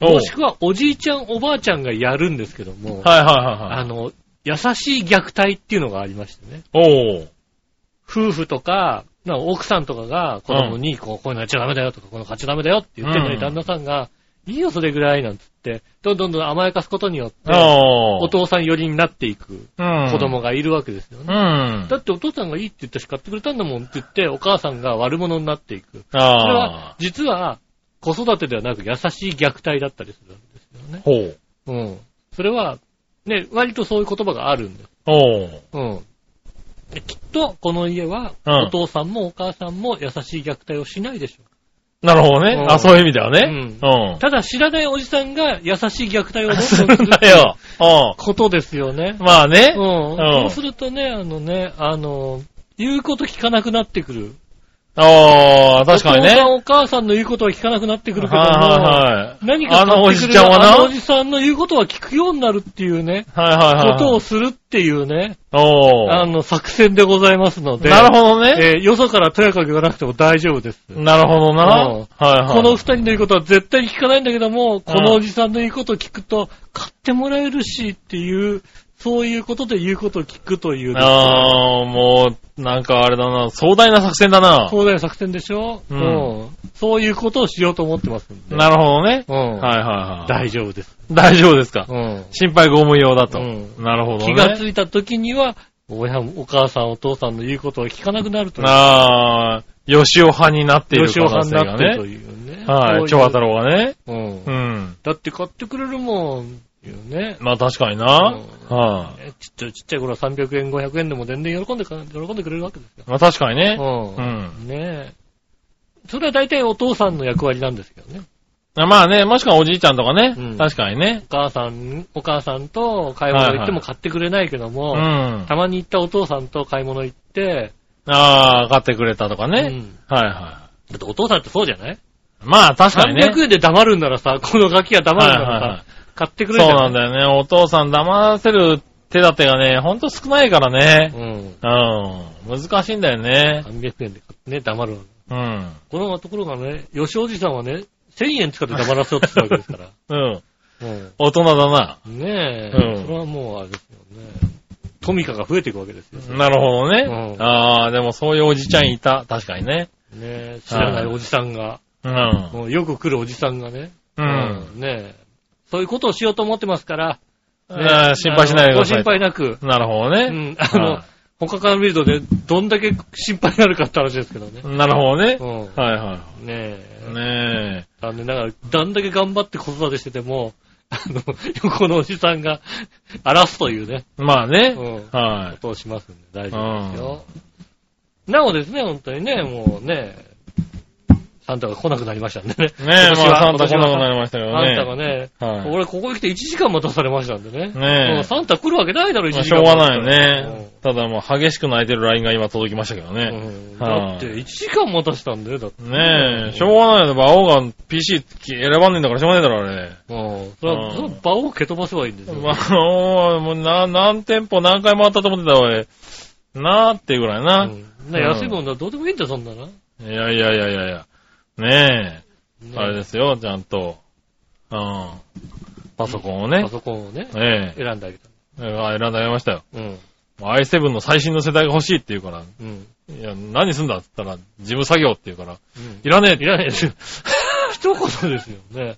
お
も
う。
しくはおじいちゃん、おばあちゃんがやるんですけども、
はいは
あの、優しい虐待っていうのがありましてね。
いはいはい。おー。
夫婦とか、な奥さんとかが子供に、こう、こういうのやっちゃダメだよとか、この買っちゃダメだよって言ってるの
う
に、
ん
旦那さんが、いいよ、それぐらい、なんつって、どんどんどん甘やかすことによって、
お
お
ー。
父さん寄りになっていく
うん
子。供がいるわけですよ
う
ね。
ん。
だってお父さんがいいって言ったし、買ってくれたんだもんって言って、お母さんが悪者になっていく。それは
あ、
実は、子育てではなく優しい虐待だったりするんですよね
ー。。ほう。
うん。それは、ね、割とそういう言葉があるんです
おー。
うん。できっと、この家は、
うん
お父さんもお母さんも優しい虐待をしないでしょ
なるほどね
う。ん
あ、そういう意味ではね。
う
う
う。。
ん
ただ、知らないおじさんが優しい虐待をどんどん
(laughs) す
す
る
る
んだよ。う
ことですよね
ん。。まあね
う。ん。
ん
そうするとね、あのね、あの、言うこと聞かなくなってくる。
ああ、確かにね。
お父さんお母さんの言うことは聞かなくなってくるけども、
はいはいはい。
何か
あのおじ
買ってくれる
ちゃんはな
あのおじさんの言うことは聞くようになるっていうね、
はいはいは
こ
い。
とをするっていうね、
お
あ
ー
の、作戦でございますので。
なるほどね。
えーよそからとやかく言わなくても大丈夫です。
なるほどな。
うん
はいはい。
この二人の言うことは絶対に聞かないんだけども、このおじさんの言うことを聞くと、買ってもらえるしっていう、そういうことで言うことを聞くという、
ああ、もう、なんかあれだな。壮大な作戦だな。
壮大な作戦でしょ、
うん
そういうことをしようと思ってますんで。
なるほどね。
うん
はいはいはい。
大丈夫です。
大丈夫ですか。
うん
心配ご無用だと。
うん
なるほどね。
気がついた時には、親もお母さん、お父さんの言うことを聞かなくなるという。
ああ、吉尾派になっている可
吉尾
能
派に
性
な
が
ってると
ね。
いうね。
は
そう
い。蝶太郎がね。
う。
うんん。
だって買ってくれるもん、っていうね。
まあ確かにな。
う
はい。
ねちっちゃい、ちっちゃい頃は300円、500円でも全然喜んでか、喜んでくれるわけですよ。
まあ確かにね。う。
うんん。ねえ。それは大体お父さんの役割なんですけどね。
まあね、もしくはおじいちゃんとかね。
うん
確かにね。
お母さん、お母さんと買い物行っても買ってくれないけども、
うん。
たまに行ったお父さんと買い物行って、
ああ、買ってくれたとか
う
ね。
ん
はいは
だってお父さんってそうじゃない、
い。まあ確かにね。
?300 円で黙るんならさ、このガキが黙るんな
はいはいは
ら
い
さ、買ってく
そう
れるじゃ
なん
い
だよね。お父さん騙らせる手立てがね、ほんと少ないからね。
うん。
うん。難しいんだよね。
300円で買ってね、黙る。
うん。
このところがね、吉おじさんはね、1000円使って黙らせようとしたわけです
(laughs)
から。
うん。
うん
大人だな。
ねえ、
うん
それはもうあれですよね。トミカが増えていくわけですよ。ね
なるほどね。
うん
ああ、でもそういうおじちゃんいた。確かにね。
え、知らないおじさんが、
うん。
もうよく来るおじさんがね、
う。
うんんねえ、そういうことをしようと思ってますから、
ねえ心配しない
あ
でください
のご心配なく、
なるほど
う
ね。
ん、あの、
はい
他から見るとね、どんだけ心配になるかって話ですけどね。
なるほどね
う。ん。
はいは
ね
い。
え、
ね
あの、だから、どんだけ頑張って子育てしてても、あの、横のおじさんが荒らすというね。
え。まあね。
うん
は
ことをしますんで大丈夫ですよ。なおですね、本当にね、もうね、サンタが来なくなりましたんでね。
ねえ、まあ、
私は
サンタ
私
こ
は
んなことになりましたけど
サンタが
ね。
ね、
はい
俺ここに来て1時間待たされましたんでね。
ねえ
もうサンタ来るわけないだろ、1
まあ、
時
しょ
間
う
待っ
が
た
ない
ら。
よね。ただもう激しく泣いてる LINE が今届きましたけど
う
ね。
ん
はい
だって1時間待たせたんだよ、だって。
ねえ、しょうがないよ。馬王が PC 選ばねえんだからしょうがねえだろ、あれ。
うん。それ
う
は、
ん
その場を蹴飛ばせばいいんですよ。
まあ、 (laughs) おーもうな、何店舗何回回ったと思ってたわ、俺。なーっていうぐらいな。
うんな安いもんだ、どうでもいいんだよ、そんなの。。
いやいやいやいやいや。ねえ、あれですすよ、ちゃんと。うん。パソコンをね
パ。ソコンをね、
ええ。
選んであげた。
あ選んであげましたよ。
うん。
i7 の最新の世代が欲しいって言うから、
うん。
いや、何すんだって言ったら、事務作業って言うから、
うん
いらねえっ
い
て。
らないですよ。一言ですよね。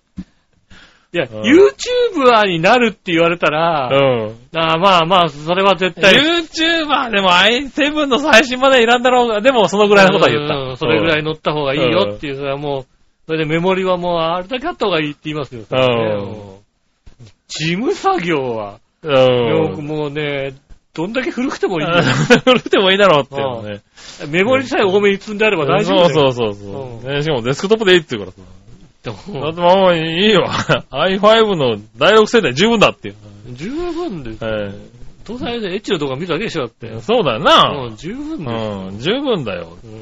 いや、
ん
YouTuber になるって言われた
(laughs) う
ら、
ん。
あーまあまあ、それは絶対。
YouTuber でも i7 の最新までいらんだろうが、でもそのぐらいのことは言っ
うん
た。
それぐらい
い。
乗った方がいいよっていう、それはもう、それでメモリはもうあれだけあった方がいいって言いますよ。それはね
うん
もう事務作業は、よ
う
く
ん。
もうね、どんだけ古くてもいいよ。
古くてもいいだろうっていうのね。
メモリさえ多めに積んであれば大丈夫だよ。
そうそうそうそう、ね。しかもデスクトップでいいって言うからさ。
で
だ
も
ってまあまあいいよ。i5 の第6世代十分だっていう。
十分です。
は
搭載でエッチの動画見るだけでしょ、だって
い。。そうだよ
も
な。
う十分です。
うん、十分だよ。
うん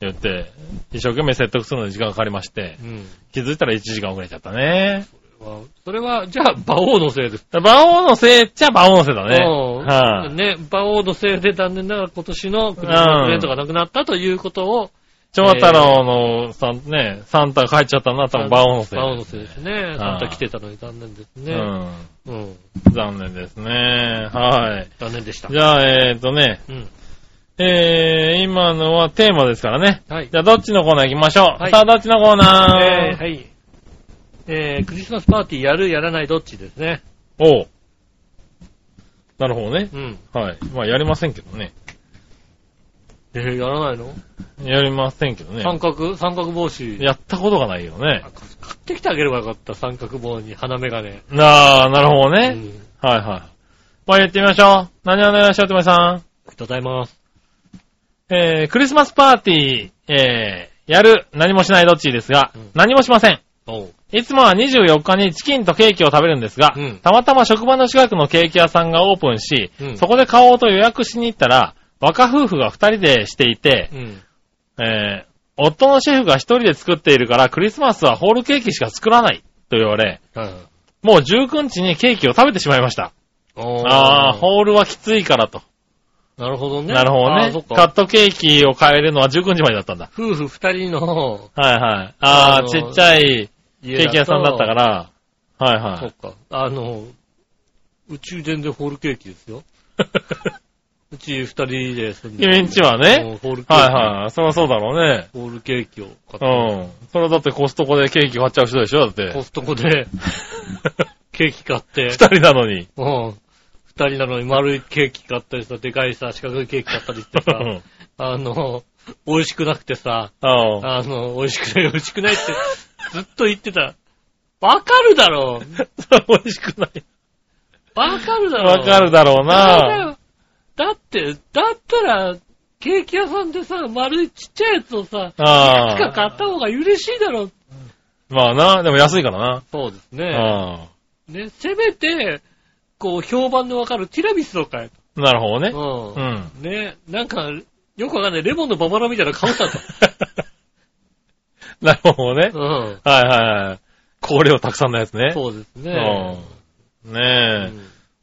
言って、一生懸命説得するのに時間がかかりまして、
うん
気づいたら1時間遅れちゃったね。
まあそれは、じゃあ、馬王のせいです。
馬王のせいっちゃ馬王のせいだね。
うん
はい、
ね、馬王のせいで残念ながら今年のクリスマスプレゼントがなくなったということを、
長太郎のさん、ね、サンタが帰っちゃったのは多分馬王のせい。
馬王のせいですね。サン
はい
タ来てたのに残念ですね。
う
うん。
ん。残念ですね。はい。
残念でした。
じゃあ、えーとね、
うん。
えー、今のはテーマですからね。
はい。
じゃあ、どっちのコーナー行きましょう。
はい
さあ、どっちのコーナー、
えーはい。えー、クリスマスパーティーやるやらないどっちですね。
おう。なるほどね。
うん。
はい。まあ、やりませんけどね。
えー、やらないの
やりませんけどね。
三角三角帽子。
やったことがないよね
あ。買ってきてあげればよかった。三角帽に鼻眼鏡。
なあ、なるほどね。
うん。
はいはい。まあ、やってみましょう。何をお願いしよう、とめさん。
ありがとうございます。
えー、クリスマスパーティー、えー、やる、何もしないどっちですが、
うん
何もしません。
おう。
いつもは24日にチキンとケーキを食べるんですが、
うん
たまたま職場の近くのケーキ屋さんがオープンし、
うん
そこで買おうと予約しに行ったら、若夫婦が二人でしていて
う、ん。
えー、夫のシェフが一人で作っているから、クリスマスはホールケーキしか作らない、と言われ、
はい。
もう19日にケーキを食べてしまいました。
お
ああ、
ほ
ホールはきついからと。
なるほどね。
なるほど
あーそ
ね
っ。
カ
か。
ットケーキを買えるのは19日までだったんだ。
夫婦二人の
はいはい。あ
あ
あ、
の
ちっちゃいケ
家
ーキ屋さんだったから。はいは
そっ
い。
か。あの、うち全然ホールケーキですよ。 (laughs) うち二人で住んで
君んちはね。
もうホールケーキ。
はいはい。そりゃそうだろうね。
ホールケーキを買って、
うん。それはだってコストコでケーキ買っちゃう人でしょだって
コ。ストコ
(laughs)
でケーキ買って
二、人なのに。
うん。二人なのに丸いケーキ買ったりさ、でかいさ、四角いケーキ買ったりして
う
さ、
ん。
あの、美味しくなくてさ、
(laughs) うん
あの、美味しくない、美味しくないってずっと言ってた。わかるだろう
それは美味しくない。
わかるだろ
わかるだろう
そうだ
な。
よだって、だったら、ケーキ屋さんでさ、丸いちっちゃいやつをさ、いつか買
あ
っ
あ。
た方が嬉しいだろう。
まあな、でも安いからな。
そうです
う
ね。
ん。
ね、せめて、こう、評判のわかるティラミスを買え
なるほどね。
と。
う。
うんん。ね、なんか、よくわかんない。レモンのババラみたいな顔した
(laughs)
と。
(laughs) なるほどね。
うん。
はいはいはい。氷をたくさんのやつね。
そうですね。
う
う
ん。ね
ん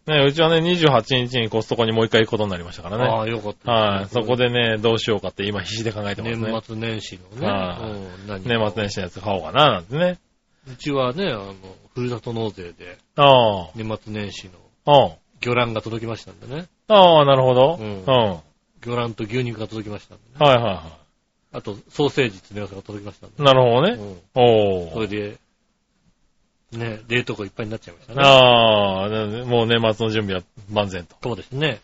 え。ねえ、うちはね、28日にコストコにもう一回行くことになりましたから
ああ、
ね。
よかった。
はい。そこでね、どうしようかって今必死で考えてますね
年。末年始の
はい
ね。うん何
年末年始のやつ買おうかな、なんてね。
うちはね、あの、ふるさと納税で、
ああ。
年末年始の
ああ。
魚卵が届きましたんでね。
ああ、なるほど。
う
うんん。は
魚卵と牛肉が届きましたんでね
いはいは
あと、ソーセージ詰め合わせが届きましたん
い。なるほど
で。
ね。
うん。それ
おお。
で、ね、冷凍庫いっぱいになっちゃいましたね。
ああ、もう年末の準備は万全と。
そうですね。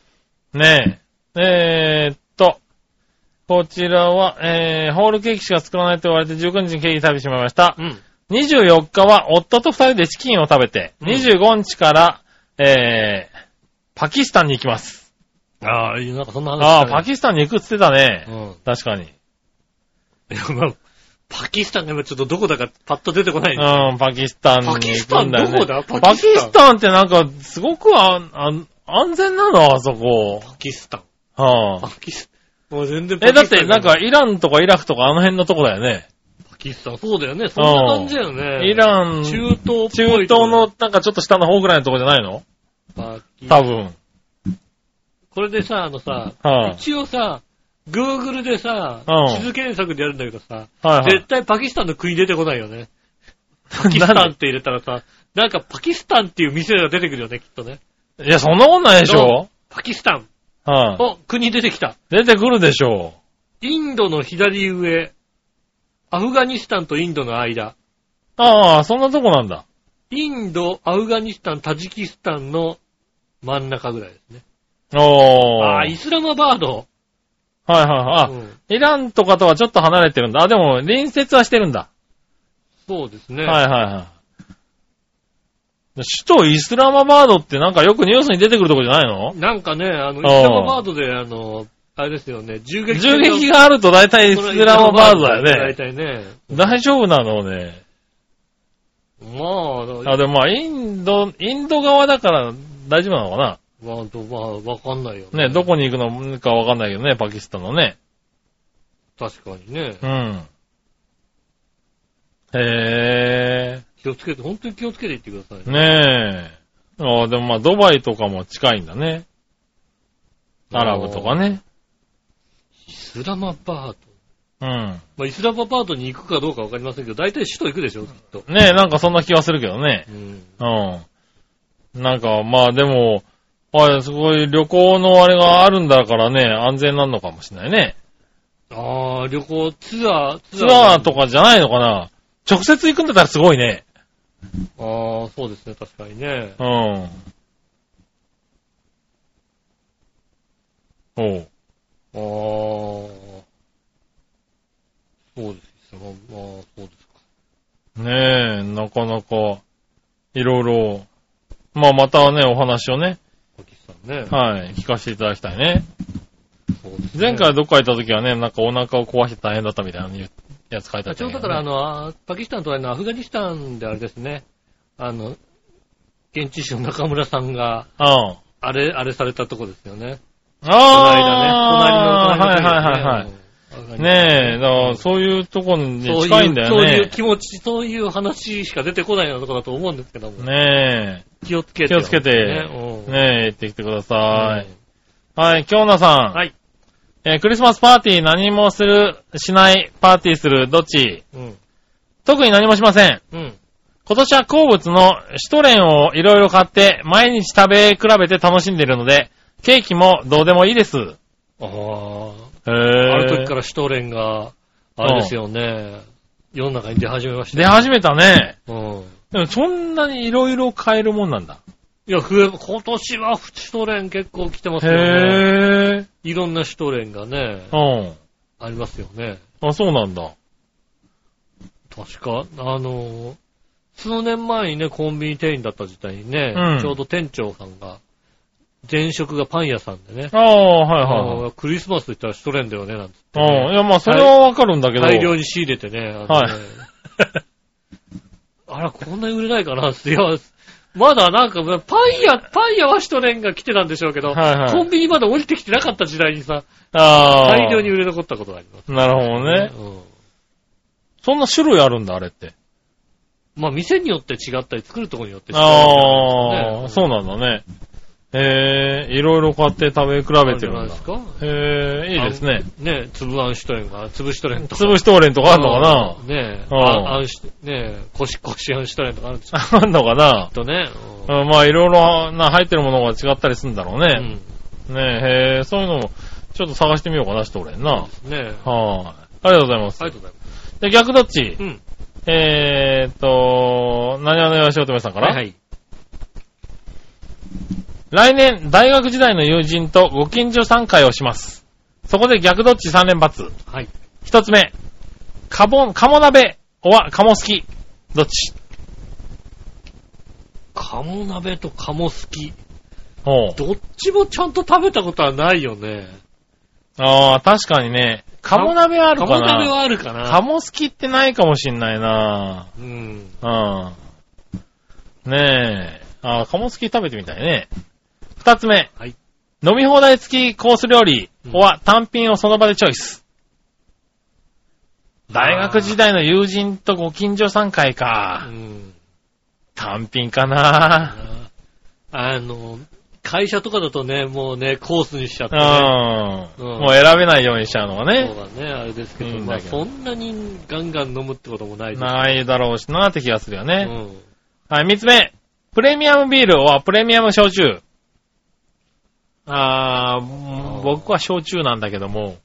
ねえ。えー、っと、こちらは、えー、ホールケーキしか作らないと言われて19日にケーキ食べてしまいました
う。ん。
24日は夫と二人でチキンを食べて、
うん
25日から、えー、パキスタンに行きます。
ああ、いいなんかそんな話
ああ、パ
キ
キスタンに行くって言ってたね。
うん。
確かに。
いや、まあ、パキスタンが今ちょっとどこだかパッと出てこない。
うん、パキスタンに
パキス
行
タ
く
ン
んだよ、ね。
どこだパ
パ
キスタン
キスタンってなんか、すごくあんあん安全なの、あそこ。
パキスタン。
は
パ
あ、
キスタン。もう全然パ
え、
キスタ
だ
ン
っ。てなんか、、イランとかイラクとかあの辺のとこだよね。
パキスタン。そうだよね。そんな感じだよね。
イラン、
中
中
東っぽい
東のなんかちょっと下の方ぐらいのとこじゃないの
パキ
多分。
これでさ、あのさ、
はい
一応さ、Google でさ、
うん
地図検索でやるんだけどさ、
はいはい
絶対パキスタンの国出てこないよ
(laughs)
ね。パキスタンって入れたらさ、なんかパキスタンっていう店が出てくるよね、きっとね。
いや、そんなもんないでしょ
パキスタン。
はい、
お、国出てきた。
出てくるでしょ
インドの左上。アフガニスタンとインドの間。
ああ、そんなとこなんだ。
インド、アフガニスタン、タジキスタンの真ん中ぐらいですね。
おー。
ああ、
はい
イスラマバード。
はいはい。あ、
うん
イランとかとはちょっと離れてるんだ。あ、でも、隣接はしてるんだ。
そうですね。
はいはいはい。首都イスラマバードってなんかよくニュースに出てくるとこじゃないの
なんかね、あの、
ん
イスラマバードで、あの、あれですよね、銃撃
銃撃
が
があると大体イスラマバードだよ
大
ね。
体ね。
大丈夫なのね。
まあ、だから
あ、でもまあ、インド、インド側だから大丈夫なのか
まあ、どまあ、わかんないよ
なね、どこに行くのかわかんないけどね、パキスタンのね。
確かにね
う。ん。へ
気をつけて、本当に気をつけていってくださいね。
え、ねえ。ああ、でもまあ、ドバイとかも近いんだね。アラブとかね。
イスラマバード。
うん。
まあ、イスラマバードに行くかどうかわかりませんけど、大体首都行くでしょ、きっと。
ねえ、なんかそんな気はするけどね。
うん。
うん。なんか、まあでも、あれ、すごい旅行のあれがあるんだからね、安全なのかもしれないね。
ああ、旅行、ツアー、
ツアーと。かじゃないのかな直接行くんだったらすごいね。
ああ、そうですね、確かにね。
うん。おう。
ああ、そうです。イスラマまあ、そうですか。
ねえ、なかなか、いろいろ、まあまたね、お話をね、
パキスタンね。
はい、聞かせていただきたいね。
そうですね
前回どっか行った時はね、なんかお腹を壊して大変だったみたいなやつ書いてあったけ
ち
ど
ょう
ね、
どだから、あの、あーパキスタンとあのアフガニスタンであれですね、あの、現地首の中村さんが、
うん。
あれ、あれされたとこですよね。この
あ
間
あ
ね、隣の、隣
はい
の
はいはいはい。
国ですね。
ねえ、だからそういうとこに
そう
近いんだよ
そういう
ね。
気持ち、そういう話しか出てこないようなとこだと思うんですけども。
ね
気をつけて。
気をつけて
ね
え、ねえ、行ってきてください。
うん
はい、京奈さん。
はい。
えークリスマスパーティー何もする、しない、パーティーする、どっち
うん。
特に何もしません。
うん。
今年は好物のシュトレンをいろいろ買って、毎日食べ比べて楽しんでいるので、ケーキもどうでもいいです。へぇ
ああ、
あ。
ある時かららシュトーレンが、あれですよね、世の中に出始めました
出
ね、
始めたね。
うん。
でもそんなにいろいろ買えるもんなんだ。
いや、増え、今年はシュトレン結構来てますよね。
へぇ
いろんなシュトレンがね、
うん。
ありますよね。
あ、そうなんだ。
確か、あの、数年前にね、コンビニ店員だった時代にね、
うん
ちょうど店長さんが、前職がパン屋さんでね、
ああ、
あ
は
のクリスマスと言ったらシュトレンだよね、なんて
いはい。うん。いや、まあ、それはわかるんだけど。
大量に仕入れてね、あのね
はい
あら、こんなに売れないかなって。いや、まだなんか、パン屋、パン屋はシュトレンが来てたんでしょうけど、
(laughs) はいはい
コンビニまだ降りてきてなかった時代にさ、
ああ。
大量に売れ残ったことがあります。
なるほどね。
うん
そんな種類あるんだ、あれって。
まあ、店によって違ったり、作るところによって違ったり
ああ、そう
なん
なんだね。へえ、いろいろ買って食べ比べてるん
で
だ
す。か
へえ、いいですね。
あんねえ、粒あんシュトレンが、粒シュトレンとか。
潰しとれんとかあるのかな
うんねえ、
うん
ああんし、ねえ、コシコシあんシュトレンとかあるんですよ。
あるのかな
きっとね。うん
うんまあ、いろいろな入ってるものが違ったりするんだろう
う
ね。
ん。
ねえ、へえ、そういうのも、ちょっと探してみようかな、シュトレンな。
ねえ。
はい。ありがとうございます
あ。りがとうございます。
で、逆どっち
うん。
えーっと、何話のよしおとめさんから、
はいはい。
来年、大学時代の友人とご近所参会をします。そこで逆どっち3連発。
はい。
一つ目、カボ、カモ鍋、おわ、カモ好き。どっち
鴨鍋と鴨好き。
おう
どっちもちゃんと食べたことはないよね。
ああ、確かにね。鴨鍋はあるかな
鴨鍋はあるかな
鴨好きってないかもしんないな
うん。
うん。ねえ。あ、鴨好き食べてみたいね。二つ目。
はい
飲み放題付きコース料理
うん
は単品をその場でチョイス。大学時代の友人とご近所さん会
う
か。
ん。
単品かな
あの、会社とかだとね、もうね、コースにしちゃって
う
ね、
ん。
うん
もう選べないようにしちゃうの
そ
は
う
ね。
だね、あれですけど、
うん
まあ
だけど
そんなにガンガン飲むってこともないです
ないだろうしなって気がするよ
う
ね。
ん。
はい、三つ目。プレミアムビールはプレミアム焼酎。あーうん僕は焼酎なんだけども。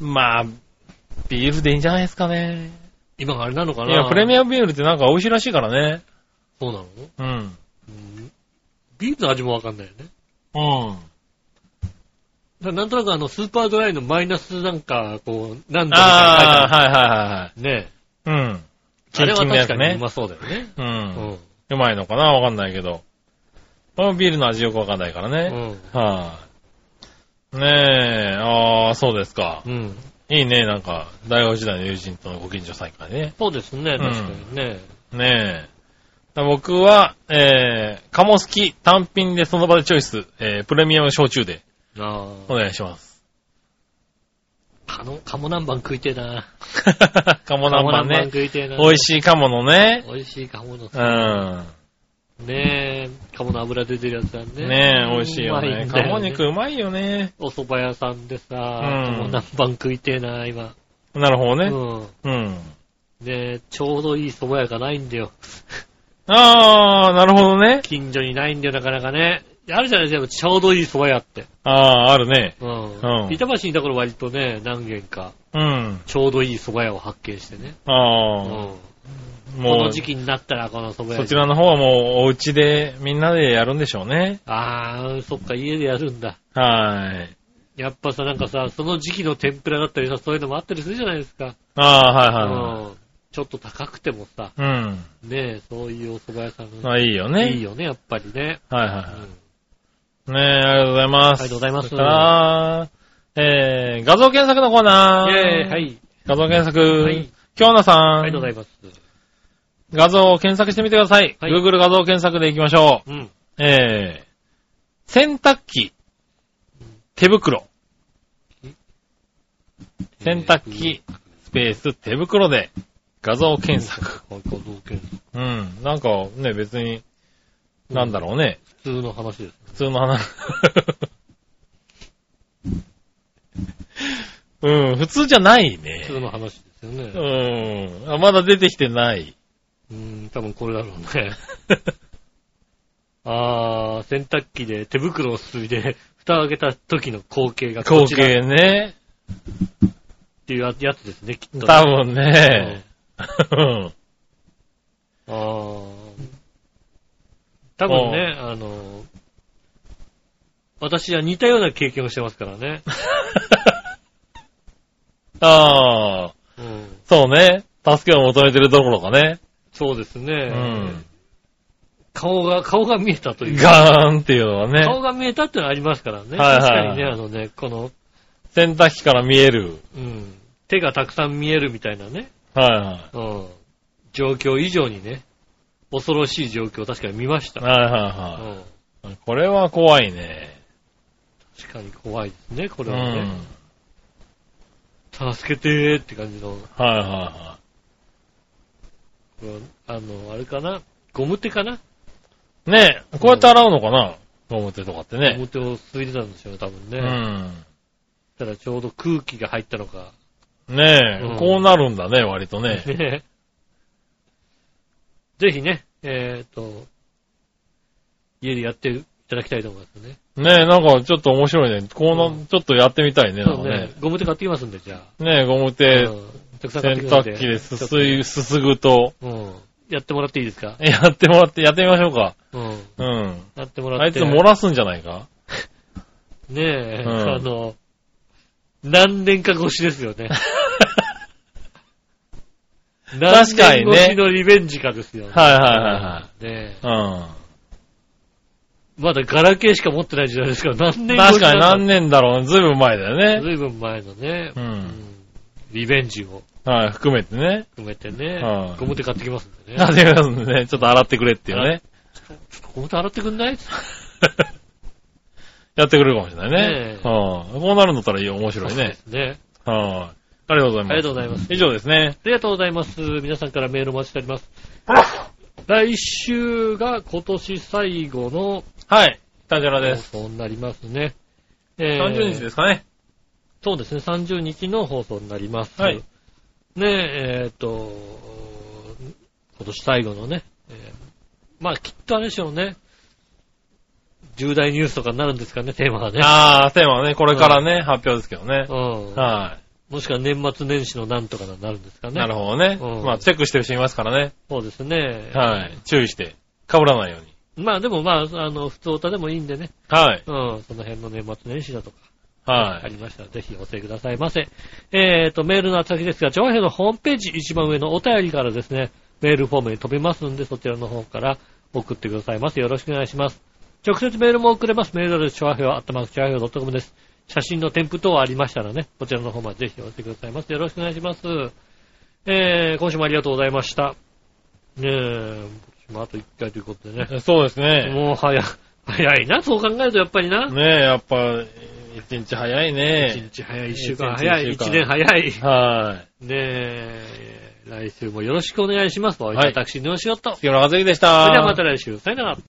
まあ、ビールでいいんじゃないですかね。
今があれなのか
い
な
や、プレミ
ア
アムビールってなんか美味しいらしいからね。
そうなの、
うん。
うんビールの味もわかんないよね。
うん。
だなんとなくあの、スーパードライのマイナスなんか、こう、なんだみたいなの書いて
あ
あ
あ、
るね。
はいはいはいはい。うん。
あれは確か
キンキンの
に
や
うまそうだよね。
つね。う。
うんん。
うまいのかなわかんないけど。このビールの味よくわかんないから
う
ね。
ん。
はい、ねえ、ああ、そうですか。
うん。
いいね、なんか、大学時代の友人とのご近所再会ね。
そうですね、
ん
確かにね。
ねえ。僕は、えー、カモ好き、単品でその場でチョイス、えー、プレミアム焼酎で
あ
お願いします。 (laughs)
あ。かの、鴨南蛮食いてえな。
カモナンバン
鴨
ね。
食いてえな。
美味しいカモのね。
美味しい鴨の
う。ん。
ねえ、鴨の油出てるやつだね。
ねえ、美味しいよ
うま
ね。
んだ
カモ肉うまいよね。
お蕎麦屋さんでさ、
ん
鴨南蛮食いてえな、今。
なるほど
う
ね。
ん。
うん。
で、ちょうどいい蕎麦屋がないんだよ。
あー、なるほどね。
近所にないんだよ、なかなかね。あるじゃないですか、ちょうどいい蕎麦屋って。
あー、あるね。
うん。
うん
板橋にだから割とね、何軒か、
うん。
ちょうどいい蕎麦屋を発見してね。
あ
うん。
ー、
こ
も
の
う、
時期になったら、この蕎麦屋
そ
に
ちらの方はもう、お家でみんなでやるんでしょうね。
あー、そっか、家でやるんだ。
はーい。
やっぱさ、なんかさ、その時期の天ぷらだったりさ、そういうのもあったりするじゃないですか。
あー、はいは
うん。ちょっと高くてもさ、
いはい。うん。
ねえ、そういうお蕎麦屋さん
まあいいよね。
いいよね、やっぱりね。
はいは
うん
いはい。ねえ、ありがとうございます。
ありがとうございます
そしたらえー、画像検索のコーナー。
イェーイ、はい。
画像検索。
はい
京奈さん。
ありがとうございます。
画像を検索してみてください。
はい
Google 画像検索でいきましょ
うん。
う。えー、洗濯機、手袋。洗濯機、スペース、手袋で、画像検索。
あ。画像検索
うん。なんかね、別に、なんだろうね。
普通の話です。
普通の話。うん、普通じゃないね
普。通の話ですよ
う
ね。
ん。あまだ出てきてない。
うん、多分これだろうね。 (laughs) あー、洗濯機で手袋をすすいで、 (laughs) 蓋を開けた時の光景がこ
光
ちらっ
景ね。
ていうやつですね、きっと。
多分ね。 (laughs) うん
あー多分ね、あの、私は似たような経験をしてますから (laughs) ね。
ああ、
うん、
そうね。助けを求めてるどころかね。
そうですね、
うん。
顔が、顔が見えたというか、
ガーンっていうのは
顔
ね。
が見えたってのはありますからね。
はいはい
確かにね、あのね、この、
洗濯機から見える。
うん、手がたくさん見えるみたいなね、
は
うん、状況以上にね、恐ろしい状況を確かに見まし
い
た。
はい。はいは
うん、
いはい。これは怖いね。
確かに怖いですね、こ
う
れ
ん。
は
はい
ね。助けてーって感じの、
はいは
うんあの、あれかな、ゴム手かな、
い。ねえ、こうやって洗うのかなと思ってとかってね。
ゴム手をすいでたんでしょうね、多分ね。
う
ただちょうど空気が入ったのか。
ん。ねえ、
うん
こうなるんだね、割とね。
ねぜひね、えっ、と、家でやっていただきたいと思いますね。
ねえ、なんかちょっと面白いね。こうな、
うん
ちょっとやってみたいね、なん
そう
か
ね
ね。、
ゴム手買ってきますんで、じゃあ。
ねえ、ゴム
え
手、
たくさん買
洗
ってきますん
濯機ですす
ちょっ
い、すすぐと、 (laughs)
とうん。やってもらっていいですか
やってもらって、やってみましょうか。
うん。
うん。
やってもら
あ
っ
い
て。
つ漏らすんじゃないか
ねえ、
うん
あの、何年か越しですよね。何
(laughs) 確かにね
年越しのリベンジかですよね。。
はいはいはいはい
ねえ
うん。
まだガラケーしか持ってない時代ですから、何年
確かに何
年
年だろう。ずいぶん前だよね。
ずいぶん前のね、
うん
リベンジを
はい、含めてね。 (laughs)
含めてね、
はい
ゴム手買ってきますんでね
な。ぜかね、ちょっと洗ってくれっていうね。 (laughs)
ちょっとゴム手洗ってくんない
やってくれるかもしれないね
ね。え
うんこうなるんだったらいいよ、面白いね。。
ね。
はい。ありがとうござ
あ
います。
りがとうございます
以上ですね。
ありがとうございます。皆さんからメールお待ちしております。来週が今年最後の
はい。タジャラ
放
です。
送になりますね。えー
30日ですかね。
そうですね、30日の放送になります。
はい。
ねえ、えーっと、今年最後のね、えーまあきっとあれでしょうね、重大ニュースとかになるんですかね、テーマがね。
あー、テーマはね、これからね、発表ですけどね。
うん。
は
もしくは年末年始のなんとかになるんですか
い。
ね。
なるほどね。
うん
まあ、チェックしてる人いますからね。
そうですね。
はい。注意して、被らないように。
まあでもまあ、あの、普通歌でもいいんでね、
はい。
うん、その辺の年末年始だとか。
は
あ
い。
りましたら、ぜひお寄せくださいませ。えーと、メールの宛先ですが、上辺のホームページ一番上のお便りからですね、メールフォームに飛びますんで、そちらの方から送ってくださいませ。よろしくお願いします。直接メールも送れます。メールアドレス、調和表、アットマーク、調和表 .com です。写真の添付等ありましたらね、こちらの方までぜひお寄せくださいませ。よろしくお願いします。えー、今週もありがとうございました。ねえ、今週もあと1回ということでね。
そうですね。
もう早い、早いな、そう考えるとやっぱりな。
ねえ、やっぱ、一日早い
一
ね。
日早い、一週間早い、
一日
一年早い。
は
ねえ、来週もよろしくお願いします。
い
私、のしおと。
い。
そ
杉村和之でした。
れではまた来週、さよなら。